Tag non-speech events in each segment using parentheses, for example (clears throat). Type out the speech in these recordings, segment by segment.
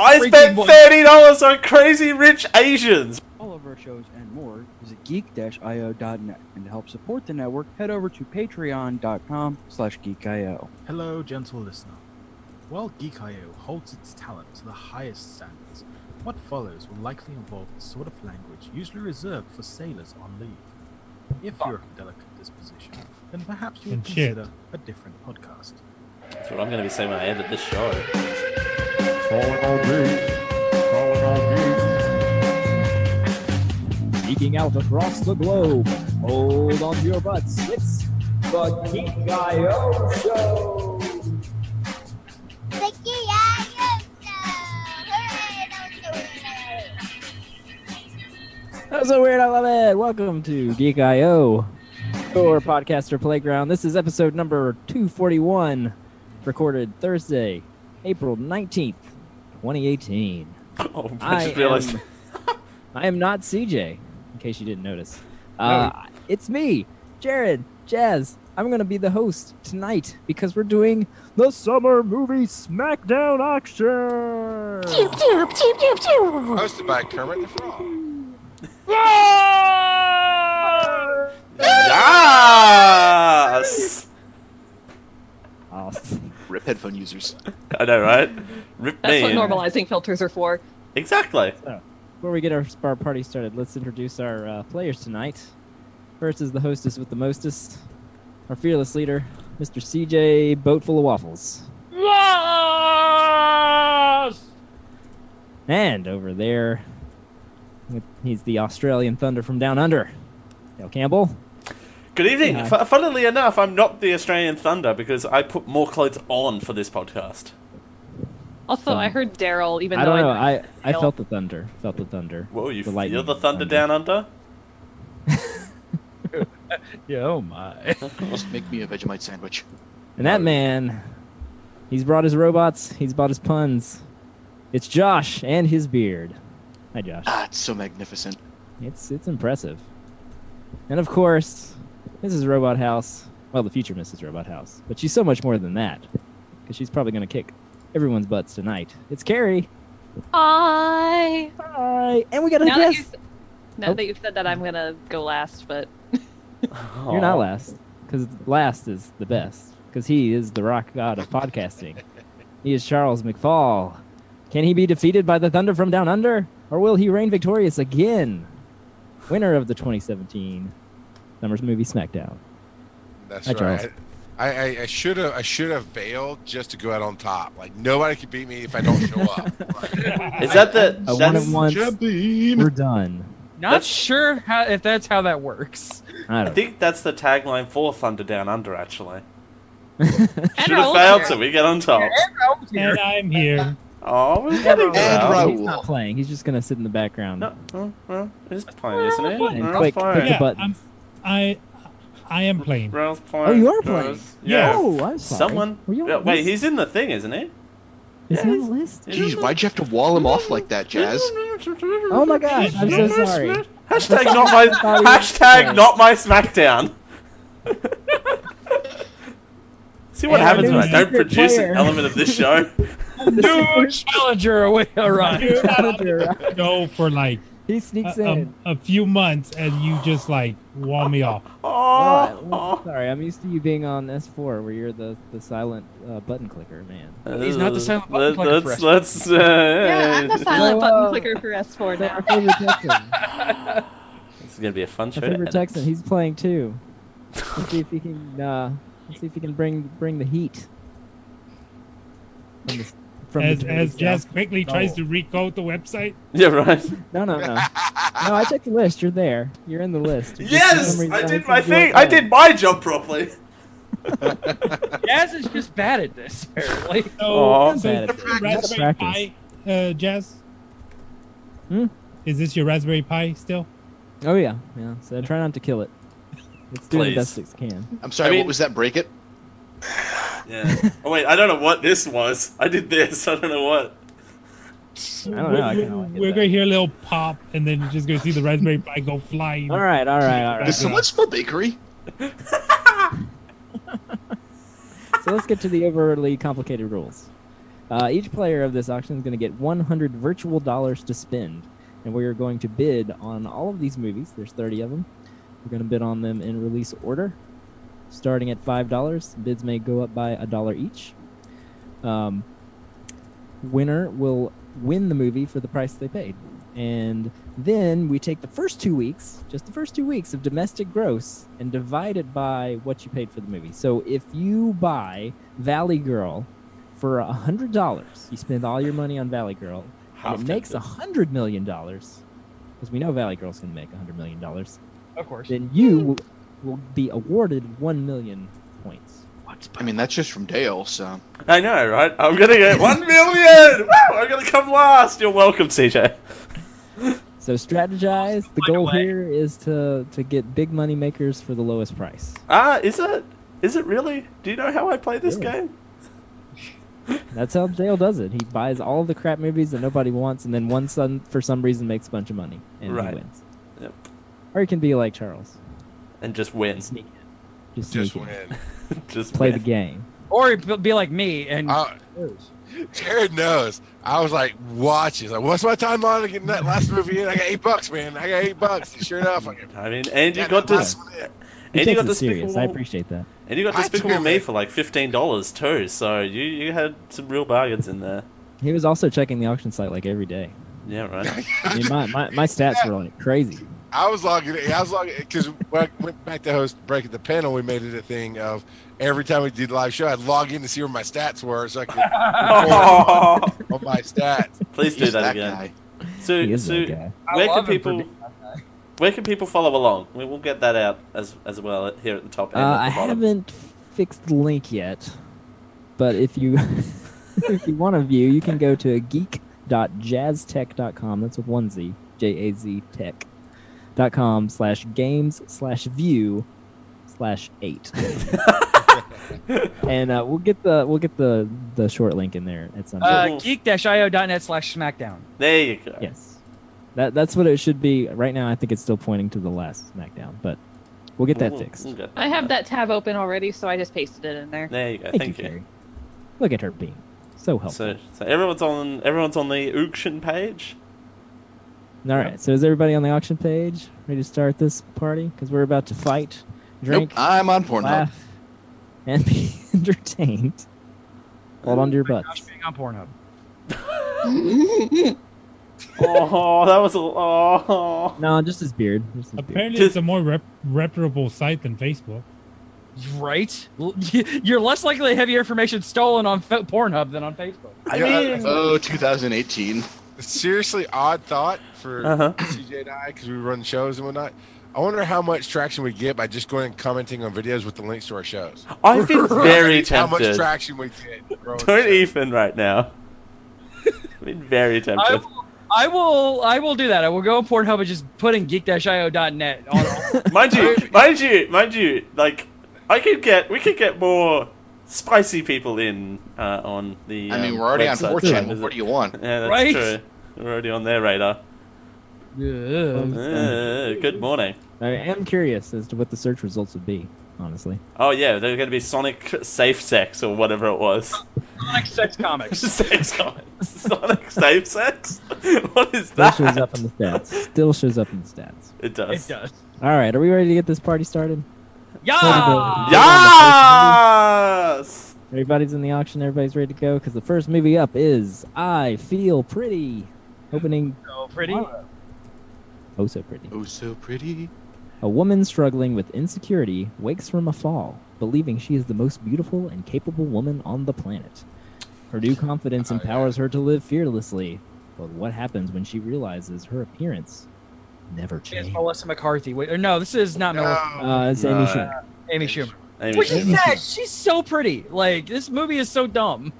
I Freaking spent boy. thirty dollars on Crazy Rich Asians. All of our shows and more is at geek-io.net. And to help support the network, head over to patreon.com slash geekio. Hello, gentle listener. While Geek.io holds its talent to the highest standards, what follows will likely involve the sort of language usually reserved for sailors on leave. If you're of a delicate disposition, then perhaps you would And shit. consider a different podcast. That's what I'm going to be saying when I edit this show. Calling all geeks. Calling all geeks. Geeking out across the globe. Hold on to your butts. It's the Geek IO Show. Vicky, I am so- Hooray, don't do it. That was so weird. I love it. Welcome to Geek IO, your podcaster playground. This is episode number 241, recorded Thursday, April 19th, (laughs) 2018. Oh, I, I just realized. am, I am not CJ, in case you didn't notice. Uh, It's me, Jared, Jazz. I'm going to be the host tonight because we're doing the Summer Movie Smackdown Auction. Hosted by Kermit the Frog. Yes! Awesome. Rip headphone users. I know, right? Rip That's me. what normalizing filters are for. Exactly. Before we get our, our party started, let's introduce our uh, players tonight. First is the hostess with the mostest, our fearless leader, Mr. CJ Boatful of Waffles. And over there, with- he's the Australian Thunder from down under, Dale Campbell. Good evening. Yeah. F- funnily enough, I'm not the Australian Thunder because I put more clothes on for this podcast. Also, I heard Daryl, even I though don't know. I, I Dale. felt the thunder. Felt the thunder. Whoa, you the The feel lightning the thunder (laughs) down under? Yeah, oh my. Just make me a Vegemite sandwich. And that man, he's brought his robots. He's bought his puns. It's Josh and his beard. Hi, Josh. Ah, it's so magnificent. It's it's impressive. And of course, Mrs. Robot House. Well, the future Mrs. Robot House, but she's so much more than that, because she's probably going to kick everyone's butts tonight. It's Carrie. I. Hi, and we got a now that, you, guest. now Oh. that you've said that, I'm gonna go last. But (laughs) (laughs) You're Oh. not last, because last is the best, because he is the rock god of podcasting. he is Charles McFall. Can he be defeated by the Thunder from Down Under, or will he reign victorious again? Winner of the 2017 Summers Movie SmackDown. That's Hi, Charles. right. I, I, I should have I should have bailed just to go out on top. Like nobody could beat me if I don't show up. (laughs) Is that the. A one that's- and once, Champion. we're done. Not That's- sure how, if that's how that works. I I don't know. think that's the tagline for Thunder Down Under, actually. and Should have Raoul's failed, here. so we get on top. And I'm here. Oh, we're getting And there. Raoul. He's not playing. He's just gonna sit in the background No, well, well, it's playing, isn't it? and Raoul's click, click playing. the Yeah, button. I'm, I, I am playing. Raoul's playing. oh, you are Raoul's- playing. Yeah. Oh, I'm sorry. Someone. Were you on Yeah, the wait, list? he's in the thing, isn't he? Is he on yeah, the list? Jeez, why'd you have to wall him off like that, Jazz? Oh my gosh, I'm so sorry. Hashtag not my Sorry. hashtag not my SmackDown. (laughs) See what Hey, our happens new when I don't secret produce player. an element of this (laughs) show. (laughs) No challenger away, alright. You're out of there. Go for like He a, sneaks a, in. a few months, and you just like wall me off. Oh, I'm Oh, sorry, I'm used to you being on S4 where you're the, the silent uh, button clicker, man. He's not the silent button clicker Let's press. let's. Uh, Yeah, I'm the silent Whoa. button clicker for S4 now. Our favorite Texan. Our (laughs) This is gonna be a fun show. to favorite edit. Texan. He's playing too. Let's see if he can. Uh, let's see if he can bring bring the heat. From the, from As the as South. Jazz quickly tries to recode the website. (laughs) Yeah, right. No, no, no. No, I checked the list. You're there. You're in the list. It's just for Yes, some reason I don't did think my you were thing. I there. did my job properly. Jazz is just bad at this, apparently. So, Aw. so Bad is your at it. Gotta Raspberry practice. Pi, uh, Jazz. Hmm? Is this your Raspberry Pi still? Oh yeah, yeah. So try not to kill it. It's doing Please. the best it can. I'm sorry, I mean- what was that? Break it? (laughs) Yeah. Oh wait, I don't know what this was. I did this. (laughs) I don't know what. I don't know. I kinda like it We're though. gonna hear a little pop, and then you're just gonna see the Raspberry Pi (laughs) go flying. All right, all right, all right. Does someone smell bakery? so let's get to the overly complicated rules. Uh, each player of this auction is going to get 100 virtual dollars to spend, and we are going to bid on all of these movies. There's 30 of them. We're going to bid on them in release order, starting at five dollars. Bids may go up by a dollar each. Um, winner will win the movie for the price they paid, and then we take the first two weeks, just the first two weeks of domestic gross, and divide it by what you paid for the movie. So if you buy Valley Girl for a hundred dollars, you spend all your money on Valley Girl, How and it makes a tempting. hundred million dollars, because we know Valley Girl's gonna make a hundred million dollars. Of course. Then you will, will be awarded one million points. I mean, that's just from Dale, so. I know, right? I'm gonna get one million. (laughs) Woo! I'm gonna come last. You're welcome, CJ. So strategize. The Find a goal way. here is to to get big money makers for the lowest price. Ah, is it? Is it really? Do you know how I play this Really? game? That's how Dale does it. He buys all the crap movies that nobody wants, and then one son for some reason makes a bunch of money and Right. he wins. Yep. Or he can be like Charles, And just win. sneak in, just, Just sneak in. win. (laughs) just play the win. game. Or he'd be like me and Uh, Jared knows. I was like, watch it. Like, what's my time on to get that last movie in? I got eight bucks, man. I got eight bucks. And sure enough, I got I mean, and you that got to, last one in. He and you takes got it to serious. Despicable, I appreciate that. and you got I Despicable do Me it. for like fifteen dollars too. So you you had some real bargains in there. He was also checking the auction site like every day. Yeah, right. I mean, my, my, my stats were like crazy. I was logging. I was logging because when I went back to host break at the panel, we made it a thing of every time we did a live show, I'd log in to see where my stats were, so I (laughs) could report (laughs) Oh, on my stats. please do He's that that again. guy. So, He is so that guy. I where can love him for people being- where can people follow along? We will get that out as as well at- here at the top. Uh, And at the I bottom. haven't fixed the link yet, but if you (laughs) if you want to view, you can go to geek.jazztech.com. That's with one z, j a z tech. dot com slash games slash view slash (laughs) eight, and uh, we'll get the we'll get the the short link in there at some point. uh, geek-io.net slash smackdown. There you go. yes, that that's what it should be. Right now, I think it's still pointing to the last SmackDown, but we'll get that We'll- fixed. we'll get I have that tab open already, so I just pasted it in there. There you go. Uh, Thank, Thank you, you. Carrie. Look at her being so helpful. So, so everyone's on everyone's on the auction page. All right. So is everybody on the auction page ready to start this party? Because we're about to fight, drink, Nope, I'm on Pornhub. laugh, and be (laughs) entertained. Hold on to your butts. Josh Oh being on Pornhub. oh, that was a oh. No, just his beard. Just his beard. Apparently, Just- it's a more rep- reputable site than Facebook. Right? L- (laughs) You're less likely to have your information stolen on Fe- Pornhub than on Facebook. I Yeah. mean, Oh, 2018. Seriously, odd thought for Uh-huh. CJ and I because we run shows and whatnot. I wonder how much traction we get by just going and commenting on videos with the links to our shows. I (laughs) feel (laughs) very how much tempted. traction we (laughs) get. growing the Don't show. even right now. (laughs) I've been very I tempted. will, I will, I will do that. I will go on Pornhub and just put in geek-io.net. On (laughs) all. Mind you, mind you, mind you. Like, I could get we could get more spicy people in uh, on the. I mean, um, we're already on website. 4chan. Is What it- do you want? Yeah, that's Right? true. We're already on their radar. Um, Yeah. Uh, good morning. I am curious as to what the search results would be. Honestly, Oh yeah, they're going to be Sonic Safe Sex or whatever it was. Sonic (laughs) Sex Comics. Sex comment. Sonic Safe Sex. (laughs) What is (laughs) still that? shows up in the stats. Still shows up in the stats. It does. It does. All right. Are we ready to get this party started? Yeah. Yes. Everybody's in the auction. Everybody's ready to go because the first movie up is "I Feel Pretty," opening So pretty. oh so pretty. Oh, so pretty. A woman struggling with insecurity wakes from a fall, believing she is the most beautiful and capable woman on the planet. Her new confidence Oh, yeah. empowers her to live fearlessly. But what happens when she realizes her appearance never It's changed? Melissa McCarthy. Wait, or no, this is not Melissa. Oh. No. Uh, it's No. Amy Schumer. Amy Schumer. Amy What she Schumer. said. She's so pretty. Like this movie is so dumb.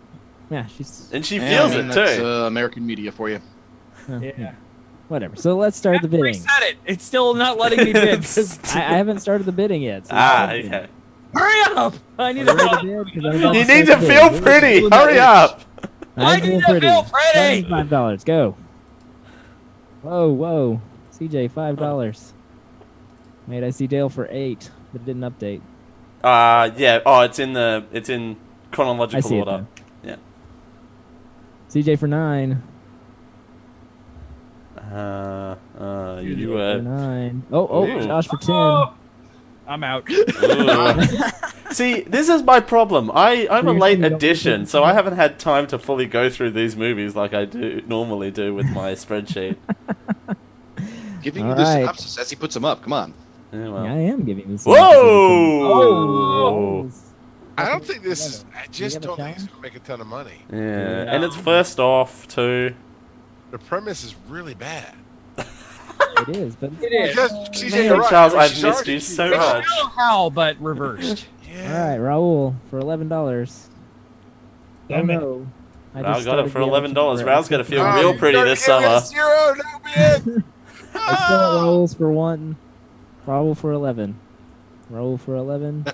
Yeah, she's And she Yeah, feels I mean, it that's, too. uh, American media for you. uh, Yeah. yeah. whatever. So let's start the I bidding. said it. It's still not letting (laughs) me bid. I, I haven't started the bidding yet. so ah, let's okay. start Hurry up! I the need bidding. Are to we ready to know. bid? 'Cause I'm about You to need to start the bidding. feel pretty. Hurry up. I need to feel pretty. Five dollars. Go. Whoa, whoa. CJ, five dollars. Wait, I see Dale for eight, but it didn't update. Uh yeah. Oh, it's in the it's in I chronological see it. order. now. Yeah. CJ for nine. Uh, uh, you for were. nine. Oh, oh, Ew. Josh for ten. I'm out. (laughs) See, this is my problem. I, I'm a Usually late you don't addition, get- so I haven't had time to fully go through these movies like I do normally do with (laughs) my spreadsheet. Giving All you the right. synopsis as he puts them up. Come on. (laughs) Yeah, well. Yeah, I am giving this. Whoa! Oh. I don't think this is. I just have a don't think challenge? it's gonna make a ton of money. Yeah. and it's first off too. The premise is really bad. It is, but It Because Man, CJ, you're right. Charles, I mean, I've she's missed already- you so she's- much. Michelle Howell, but reversed. all Yeah. right, Raul for eleven dollars. Oh Damn it. no, I Raul just got it started for the other eleven dollars. camera. Raul's gonna feel Oh, real you pretty gotta this give it a summer. Zero, no (laughs) man. I still Ah! at Raul's for one. Raul for eleven. Raul for eleven.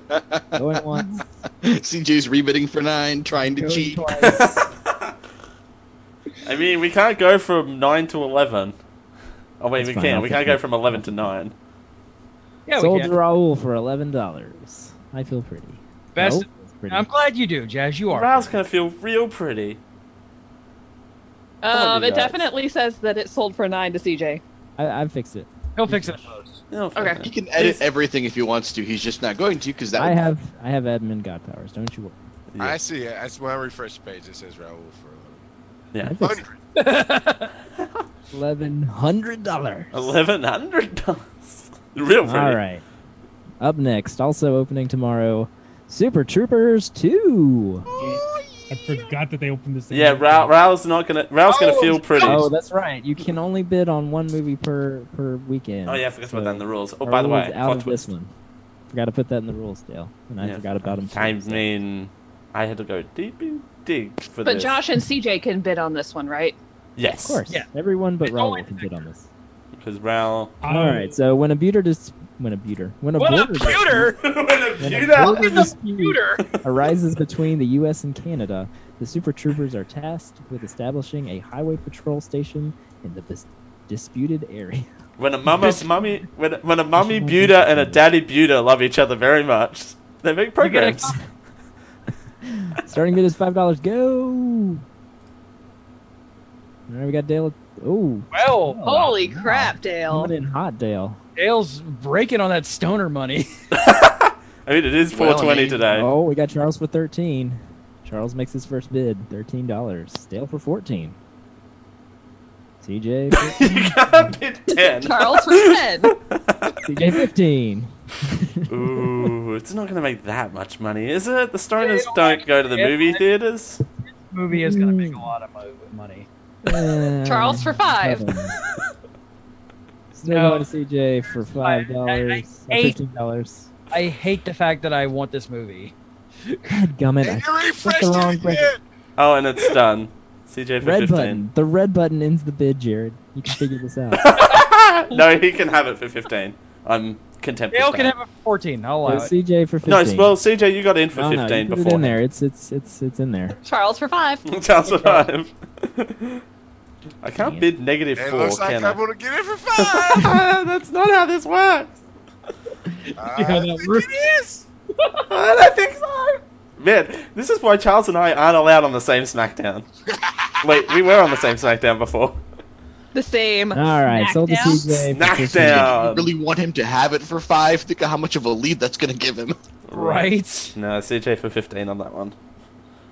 Going once. CJ's rebidding for nine, trying to Going (laughs) cheat. twice. I mean, we can't go from nine to eleven. Oh wait, That's we fine, can. I'll We take can't go it. from eleven to nine. Yeah, we Sold to can. Raul for eleven dollars. I feel pretty. Best- Raul feels pretty. I'm glad you do, Jazz. You are. Raul's gonna feel real pretty. on, Um, you it guys. definitely says that it sold for nine to CJ. I, I fixed it. He'll fix it. He'll feel Okay. it. He can edit everything if he wants to. He's just not going to because that. I would- have I have admin god powers. Don't you worry. Yeah. I see. it. That's when I refresh the page. It says Raoul for Yeah. I (laughs) fixed hundred. Eleven hundred dollars. Eleven hundred dollars. Real pretty. All right. Up next, also opening tomorrow, Super Troopers Two. I forgot that they opened this. Yeah, Raul, Raul's not gonna. Raul's gonna feel pretty. Oh, Oh, that's right. You can only bid on one movie per per weekend. Oh, yeah, I forgot about that in the rules. Oh, Our by the rule way, is out plot of twist. this one. Forgot to put that in the rules, Dale, and I Yeah, forgot about him. I mean, I had to go deep in dig for But this. Josh and CJ can bid on this one, right? yes, of course, Yeah. everyone but It's only Raul can bid on this. because (laughs) Raul. All right, so when a buter dis- when a buter when a border computer! when a When a feudal- border dispute Computer! arises between the U.S. and Canada, the Super Troopers are tasked with establishing a highway patrol station in the dis- disputed area. when a mama, mummy, when a, when a mummy Buda and a daddy Buda love each other very much, they make We're gonna- progress. Starting bid is five dollars. Go. All right, we got Dale. Oh, Well, Holy crap, Dale. coming in hot, Dale. Dale's breaking on that (laughs) stoner money. I mean, it is Well, I 420 mean- today. Oh, we got Charles for thirteen. Charles makes his first bid, thirteen dollars. Dale for fourteen. CJ, (laughs) for- you can't bid 10. (laughs) Charles for 10. CJ fifteen. (laughs) Ooh, it's not going to make that much money, is it? The Stoners don't don't like go to the it. movie theaters. movie is going to make a lot of mo- money. Hmm. Uh, Charles for five. (laughs) seven. Still No. going to CJ for five dollars. Eight. Fifteen dollars. I hate the fact that I want this movie. Gummit. I And you refreshed the wrong it again. Oh, and it's done. CJ for Red 15. button. The red button ends the bid, Jared. You can figure this out. no, he can have it for 15. I'm contempt. Dale with Uh, can that. have a 14. (laughs) I'll So allow it. CJ for 15. No, it's- well, CJ, you got in for Oh, No, no, you 15 put before. It in there. It's it's it's it's in there. Charles for (laughs) 5. Charles survived. (laughs) I can't Damn. bid negative It four, looks like can I'm I? gonna get it for (laughs) five. That's not how this works. I how that think works? it is. (laughs) I don't think so. Man, this is why Charles and I aren't allowed on the same SmackDown. Wait, we were on the same SmackDown (laughs) before. The same. All right, sold to Smackdown. CJ. for 15. You Um, SmackDown. really want him to have it for five? Think of how much of a lead that's going to give him. (laughs) Right? No, CJ for 15 on that one.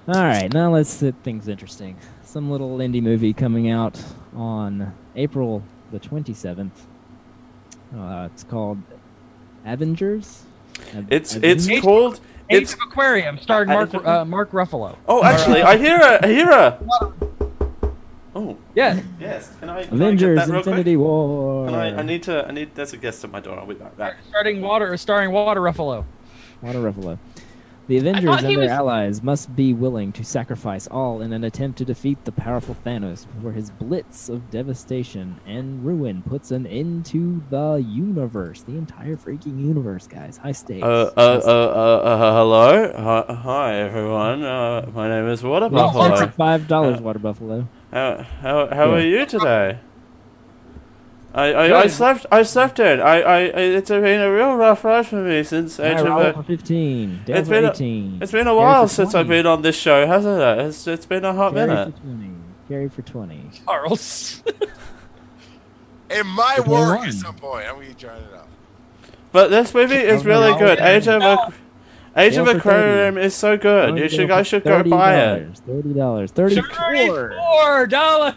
All right, now let's set things interesting. Some little indie movie coming out on April the 27th. Uh, it's called Avengers. Av- It's Avengers? it's called Age it's of Aquarium, starring I- I Mark don't- uh, Mark Ruffalo. Oh, actually, I hear a I hear a Oh, Yeah. yes. Can I can I get Avengers that real Infinity War. quick? Can I, I need to I need there's a guest at my door. I'll be right back. Starting water, starring Water Ruffalo. Water Ruffalo. The Avengers thought and he their was- allies must be willing to sacrifice all in an attempt to defeat the powerful Thanos before his blitz of devastation and ruin puts an end to the universe. The entire freaking universe, guys. High stakes. Uh, uh, uh, uh, uh, hello. Hi, hi everyone. Uh, my name is Water Well, that's Buffalo. at five dollars, Uh, Water Buffalo. How how how are you today? I I, I Good. slept I slept in. I, I I it's been a real rough ride for me since age All of right, Raul for a, fifteen. Dale It's for been a- eighteen. It's been a Gary while for since I've 20. been on this show, hasn't it? It's it's been a hot Gary for minute. 20. Carry for 20. Charles. It might Good work one. at some point. I'm gonna try it out. But this movie is Oh, really no. good. Age of No. Aqu- Age Sale of for Aquarium is so good. Only You should go for guys should go buy it. $30, Thirty dollars. Thirty-four Thirty-four dollars.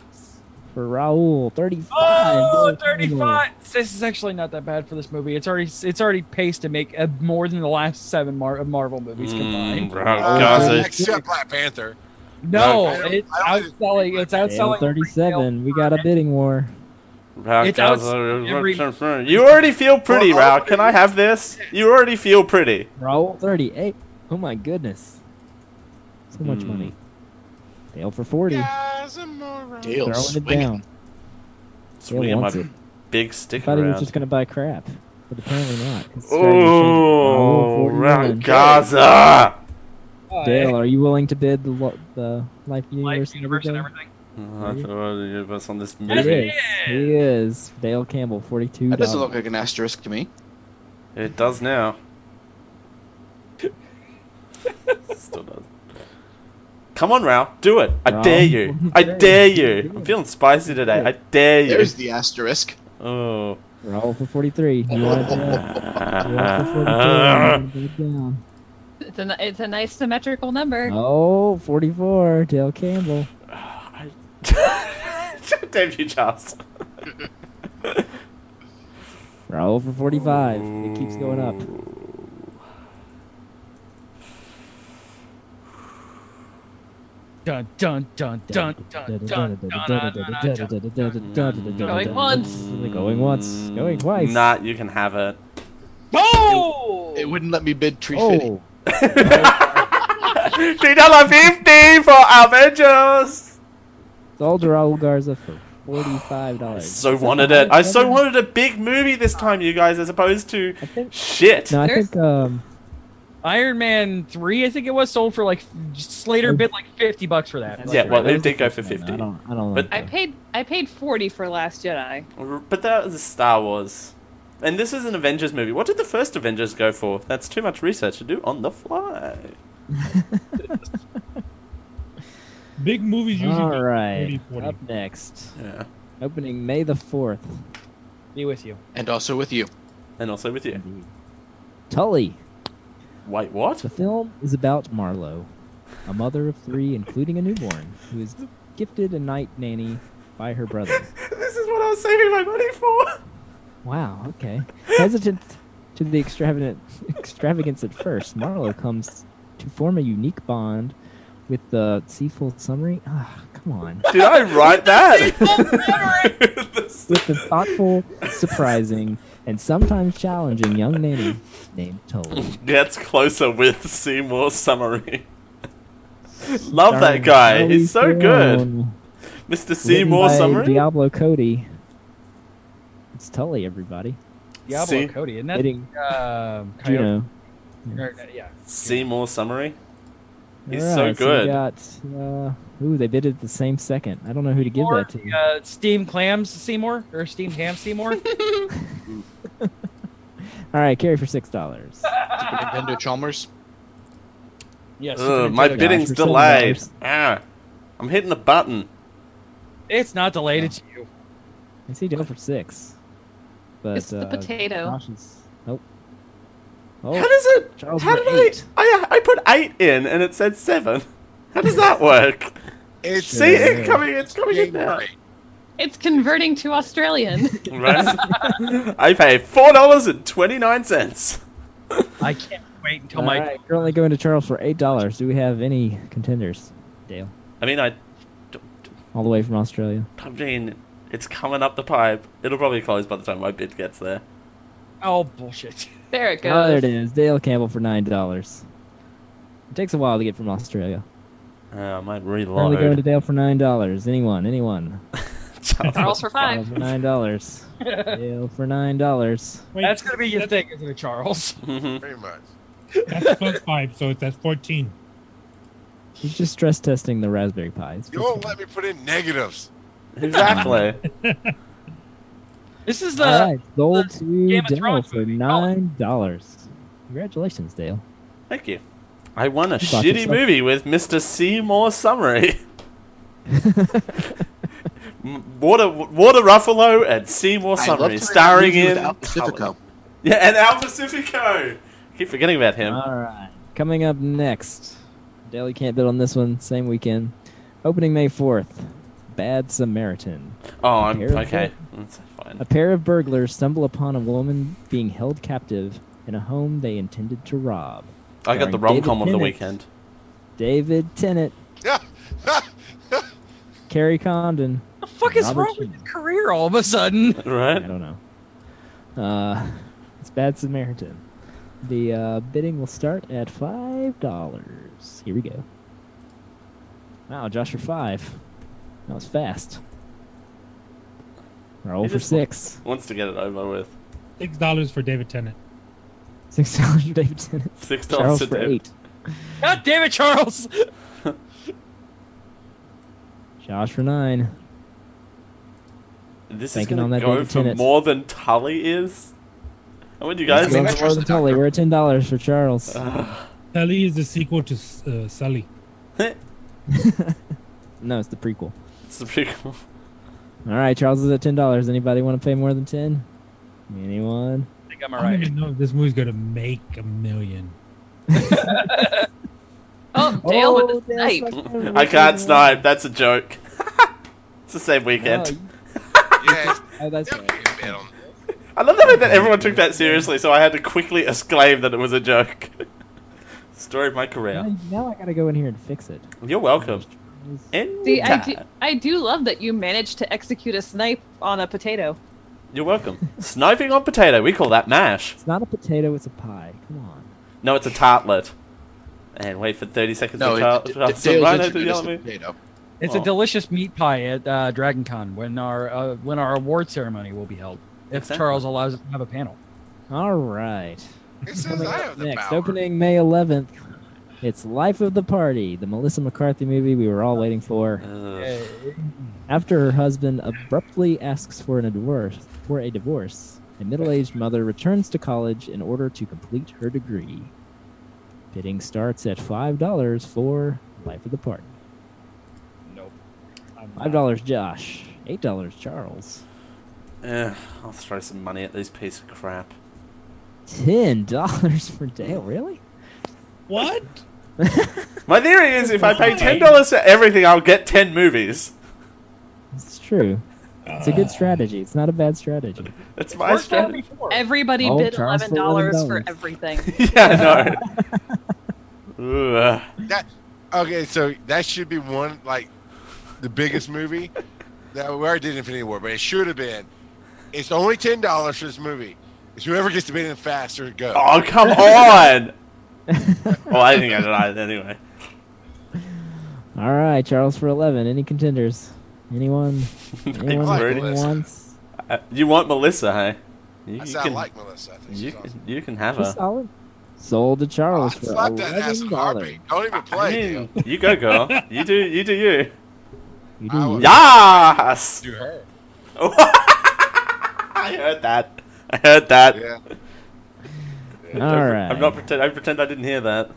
for Raul. Thirty-five. Oh, Billy Crystal. 35. This is actually not that bad for this movie. It's already it's already paced to make uh more than the last seven Mar- of Marvel movies Hmm. Mm, combined. Uh, guys, I- except Black Panther. Oh, No, I don't- it's I don't- outselling. It's Sale outselling. Thirty-seven. We got a bidding war. Ralph It's Kaz- out every- You already feel pretty, Rao. Can I have this? You already feel pretty. Raul thirty-eight. Oh my goodness. So much Hmm. money. Dale for forty. Guys, I'm alright. Dale Throwing it swinging. down. Swinging my wants it. big I stick thought he around. was just gonna buy crap, but apparently not. It's starting to Oh, change. Raul, Rao 41. Gaza! Dale, are you willing to bid the lo- the life universe? Life, and universe, and everything? everything. Oh, I thought you were on this He Yes, movie. is. He is. Dale Campbell, forty-two. That doesn't look like an asterisk to me. It does now. Still does. Come on, Rao. Do it. I Rao. dare you. I dare you. I'm feeling spicy today. I dare you. There's the asterisk. Oh. Raul for forty-three. Do you want to? Ah. It's a, ni- it's a nice symmetrical number. Oh, 44, Dale Campbell. (laughs) Damn you, Charles. Raul for 45. It keeps going up. Dun dun dun dun dun dun dun dun dun Going dun. Going once. Going once. Going twice. Nah, you can have it. (laughs) Boom! It wouldn't let me bid tree fitting. Oh, Three dollar fifty for Avengers. sold to Raul Garza for $45. So wanted it. I so wanted a big movie this time, you guys, as opposed to (laughs) I think, shit. no, I think um, Iron Man three, I think it was sold for like Slater bid like fifty bucks for that. Yeah, well, That it was the did go for first one. I fifty, don't, I don't But- I like that. paid I paid forty for (laughs) Last Jedi. but that was Star Wars, and this is an Avengers movie. What did the first Avengers go for? That's too much research to do on the fly. Big movies (laughs) usually All go right. 30, 40. Up next. Yeah, Opening May the 4th. Be with you. Oh. And also with you. and also with you. Indeed. Tully. Wait, what? (laughs) The film is about Marlowe, a mother of three, including a newborn, who is gifted a night nanny by her brother. this is what I was saving my money for. Wow, okay. Hesitant to the extravagant (laughs) extravagance at first, Marlowe comes to form a unique bond with the Seafold summary. Ah, come on. Did I write (laughs) that? (laughs) With the thoughtful, surprising, and sometimes challenging young nanny named Tully. Gets closer with Seymour summary. Love (laughs) Starring that guy. Charlize He's so good. Theron, Mr. written Seymour by summary. Diablo Cody. It's Tully, everybody. Diablo See? Cody, isn't that? Hitting Um, Coyote- Juno. or, uh, yeah. Seymour summary. He's All so right, good. we got, uh, ooh, they bid it the same second. I don't know who to give Or, that to. Uh, steamed clams Seymour or steamed ham (laughs) Seymour. All right, carry for six dollars. (laughs) Super Nintendo Chalmers. yes. Ugh, Uh, my Josh, bidding's for seven delayed. dollars. Ah, I'm hitting the button. It's not delayed. It's you. I see down for six. But It's the uh, potato. Josh is- nope. How Oh, does it? Charles how for did I, eight. I? I put eight in and it said seven. (laughs) How does that (laughs) work? It's See, it coming. It's coming in now. January. It's converting to Australian. (laughs) Right. I pay four dollars and twenty nine cents. I can't wait until all my. right, currently going to Charles for eight dollars. Do we have any contenders, Dale? I mean, I. All the way from Australia. I mean, it's coming up the pipe. It'll probably close by the time my bid gets there. Oh bullshit. there it goes. Oh, there it is. Dale Campbell for nine dollars. It takes a while to get from Australia. Uh, I might Currently going to (laughs) reload. Dale for nine dollars. Anyone? Anyone? Charles for Dale five. for nine (laughs) dollars. Dale for nine dollars. Wait, That's gonna be your thing, isn't it, Charles? (laughs) Mhm. Pretty much. that's plus five, so it's that's fourteen. He's just stress testing the Raspberry Pi. It's You pretty won't let me put in negatives. (laughs) exactly. This is the. All right, sold the to Game of Dale Thrones for movie. nine dollars. Congratulations, Dale. (laughs) Thank you. I won a You bought shitty yourself- movie with Mr. Seymour Summary. (laughs) M- Water, Water Ruffalo and Seymour I'd love Summery to starring interview in with Al Pacifico. Yeah, and Al Pacifico. Keep forgetting about him. All right. Coming up next, Daily can't bid on this one. Same weekend, opening May fourth. Bad Samaritan. Oh, I'm Careful. okay. That's fine. A pair of burglars stumble upon a woman being held captive in a home they intended to rob. I got the Starring rom David com of the Tennant- weekend. (laughs) David Tennant, Carrie Condon. The fuck is Robert wrong with your career all of a sudden? (laughs) (laughs) Right? I don't know. Uh, (laughs) it's Bad Samaritan. The uh, bidding will start at five dollars. Here we go. Wow, Josh for five. That was fast. Roll He for just wa- six. Wants to get it over with. Six dollars for David Tennant. Six dollars for David Tennant. Six dollars Charles to for do. eight. God damn it, Charles! (laughs) Josh for nine. This is Banking going on to that go David for Tennant. more than Tully is. I mean, you We're guys. Uh. going for more than Tully. We're at ten dollars for Charles. Ugh. Sully is the sequel to uh, Sully. (laughs) no, it's the prequel. it's pretty cool. All right, Charles is at ten dollars. Anybody want to pay more than ten? Anyone? I think I'm I don't alright. even know if this movie's gonna make a million. Oh, Dale with a (laughs) snipe. (laughs) I can't snipe. That's a joke. (laughs) it's the same weekend. Yeah, Oh, that's don't right. get a bid on I love the way that everyone took that seriously, so I had to quickly exclaim that it was a joke. (laughs) Story of my career. Now, now I gotta go in here and fix it. You're welcome. Anytime. Oh, See, I do, I do love that you managed to execute a snipe on a potato. You're welcome. Sniping on potato. We call that mash. It's not a potato, it's a pie. Come on. No, it's a tartlet. And wait for 30 seconds No, to it, it, it, Dale's Rhino to yell introduced at the me. potato. It's Oh. a delicious meat pie at uh, Dragon Con when our uh, when our award ceremony will be held. If Exactly. Charles allows us to have a panel. All right. It says Coming I up have the next, power. opening May 11th. It's Life of the Party, the Melissa McCarthy movie we were all waiting for. Ugh. After her husband abruptly asks for an divorce, for a divorce, a middle-aged mother returns to college in order to complete her degree. Bidding starts at five dollars for Life of the Party. Nope. Five dollars, Josh. Eight dollars, Charles. Ugh, I'll throw some money at these piece of crap. Ten dollars for Dale. Really? What? My theory is if I pay $10 for everything, I'll get 10 movies. It's true. It's a good strategy. It's not a bad strategy. That's my strategy. (laughs) Everybody Oh, bid Charles eleven for dollars for $11. everything. yeah, I know. Ugh. that. Okay, so that should be one like the biggest movie that we already did Infinity War, but it should have been. It's only ten dollars for this movie. It's whoever gets to bid in faster goes. Oh, come on! well, I didn't get it either, anyway. (laughs) All right, Charles for eleven. Any contenders? Anyone? Anyone? like Anyone Melissa. wants? Uh, you want Melissa, hey? You, I you sound can, like Melissa. I think you, she's can, awesome. you can have She's her. solid. Sold to Oh, I Charles for slapped that ass eleven with a dollars. heartbeat. Don't even play. I Dale. mean, you go, girl. You do, you do you. You I do would- you. Yes! Do her. (laughs) I heard that. I heard that. Yeah. Don't All pre- right. I'm not pretend. I pretend I didn't hear that.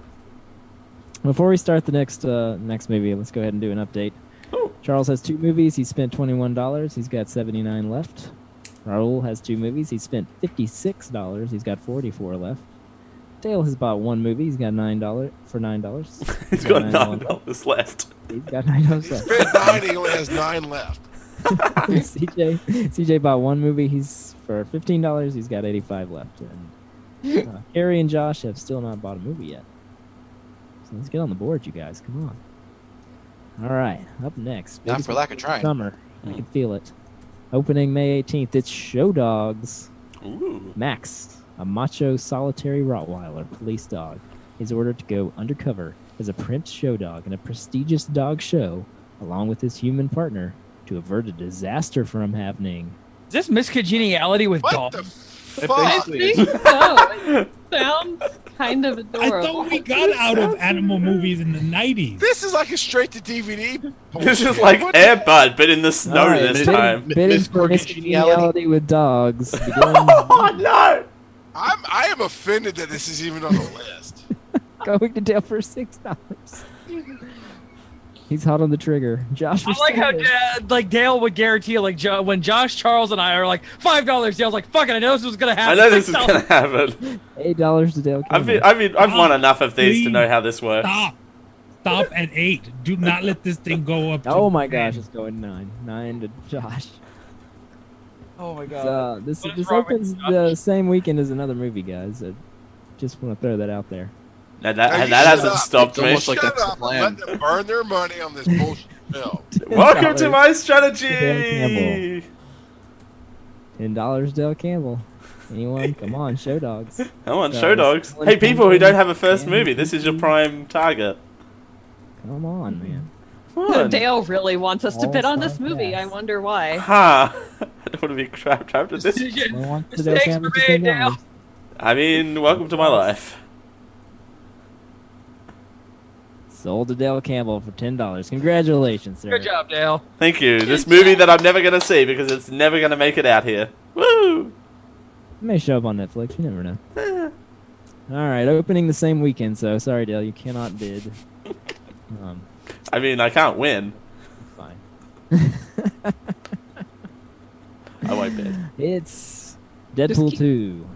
Before we start the next uh, next movie, let's go ahead and do an update. Ooh. Charles has two movies. He spent twenty one dollars. He's got seventy nine left. Raul has two movies. He spent fifty six dollars. He's got forty four left. Dale has bought one movie. He's got nine dollars for nine dollars. (laughs) He's got nine dollars left. He's got nine dollars He's left. bid nine. He only has nine (laughs) left. (laughs) CJ CJ bought one movie. He's for fifteen dollars. He's got eighty five left. And uh, Harry and Josh have still not bought a movie yet. So let's get on the board, you guys. Come on. All right, up next. Not biggest for lack of trying. Summer. I can feel it. Opening May 18th, it's Show Dogs. Ooh. Max, a macho solitary Rottweiler police dog, is ordered to go undercover as a prince show dog in a prestigious dog show, along with his human partner, to avert a disaster from happening. Is this miscongeniality with What the dolphins? fuck? I think so. It sounds (laughs) kind of I adorable. thought we got out of animal movies in the nineties. This is like a straight to DVD. (laughs) This is bullshit. like Oh, What the- Air Bud, but in the snow All right, this bidding- (laughs) time. Bidding Miss for Congeniality? miscongeniality with (laughs) dogs. begins- (laughs) Oh no! I'm I am offended that this is even on the list. going to jail for six dollars. He's hot on the trigger. Josh, I like how uh, like Dale would guarantee like jo- when Josh Charles and I are like five dollars. Dale's like fucking I know this was gonna I happen. know (laughs) this is $6." gonna happen. eight dollars to Dale. I've been, I've been, I've won enough of these to Please. know how this works. Stop. Stop at eight. Do not let this thing go up. to Oh my ten. gosh, it's going nine. Nine to Josh. Oh my god. So, Uh, this What is this wrong with opens Josh? the same weekend as another movie, guys. I just want to throw that out there. Now that Hey, that hasn't shut up. stopped It's me. almost like Shut that's the up. plan. Let them burn their money on this bullshit film. (laughs) Welcome to my strategy. Campbell. Ten dollars, Dale Campbell. Anyone? Come on, show dogs. Come on, Guys, show dogs. one Hey, people who thing- don't have a first Yeah. movie, this is your prime target. Come on, man. Come on. (laughs) Dale really wants us to All bid on star this movie. I cast. wonder why. (laughs) Ha! (laughs) I don't want to be trapped after this. Decision. No one wants to Dale Mistakes Campbell were for made, $10. Dale. I mean, welcome to my life. Sold to Dale Campbell for ten dollars. Congratulations, sir. Good job, Dale. Thank you. This movie that I'm never going to see because it's never going to make it out here. Woo! It may show up on Netflix. You never know. (laughs) All right, opening the same weekend. So sorry, Dale, you cannot bid. Um, I mean, I can't win. fine. (laughs) I won't bid. It's Deadpool keep- two.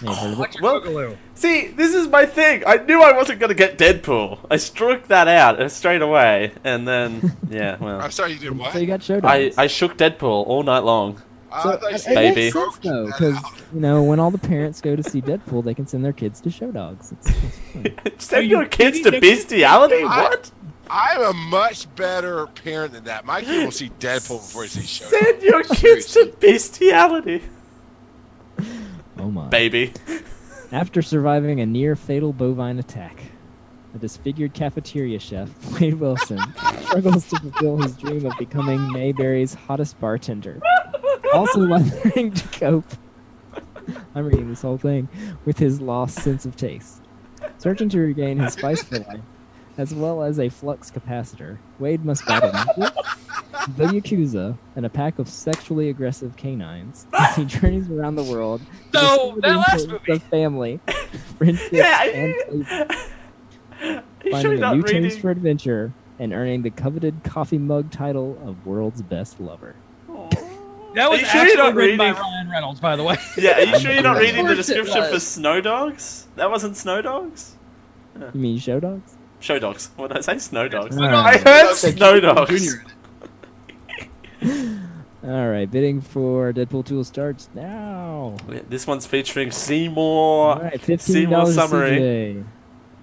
Yeah, heard of it? Watch Well- your Boogaloo. See, this is my thing. I knew I wasn't going to get Deadpool. I struck that out uh, straight away, and then yeah, well, I'm sorry, you did what? So you got Showdown. I I shook Deadpool all night long. (laughs) I So, thought you it- said Baby. you It makes sense broke though, that because out. you know when all the parents go to see Deadpool, they can send their kids to show dogs. It's, it's fun. Send you your kids to kidding me? bestiality? I- What? I'm a much better parent than that. My kid will see Deadpool before he sees Showdown. Send your kids to bestiality, oh my! baby. After surviving a near fatal bovine attack, a disfigured cafeteria chef, (laughs) Wade Wilson, struggles to fulfill his dream of becoming Mayberry's hottest bartender. Also (laughs) learning to cope. I'm reading this whole thing with his lost sense of taste. Searching to regain his spice for life, as well as a flux capacitor, Wade must battle magic, the Yakuza, and a pack of sexually aggressive canines (laughs) as he journeys around the world. to discover So, the that last importance of family, friendship, Yeah, and I- faith, Are (laughs) you sure finding you're a not new reading? taste for adventure, and earning the coveted coffee mug title of world's best lover. That Are was you sure you're actually not written by reading- Ryan Reynolds, by the way. (laughs) Yeah, are you sure you're not reading the Of course it description for was. Snow Dogs? That wasn't Snow Dogs? You mean show dogs? Show Dogs. What did I say? Snow Dogs. All I right. heard Snow Dogs. Junior. All right, bidding for Deadpool 2 starts now. Yeah, This one's featuring All Seymour right, Seymour $15 summary. CJ.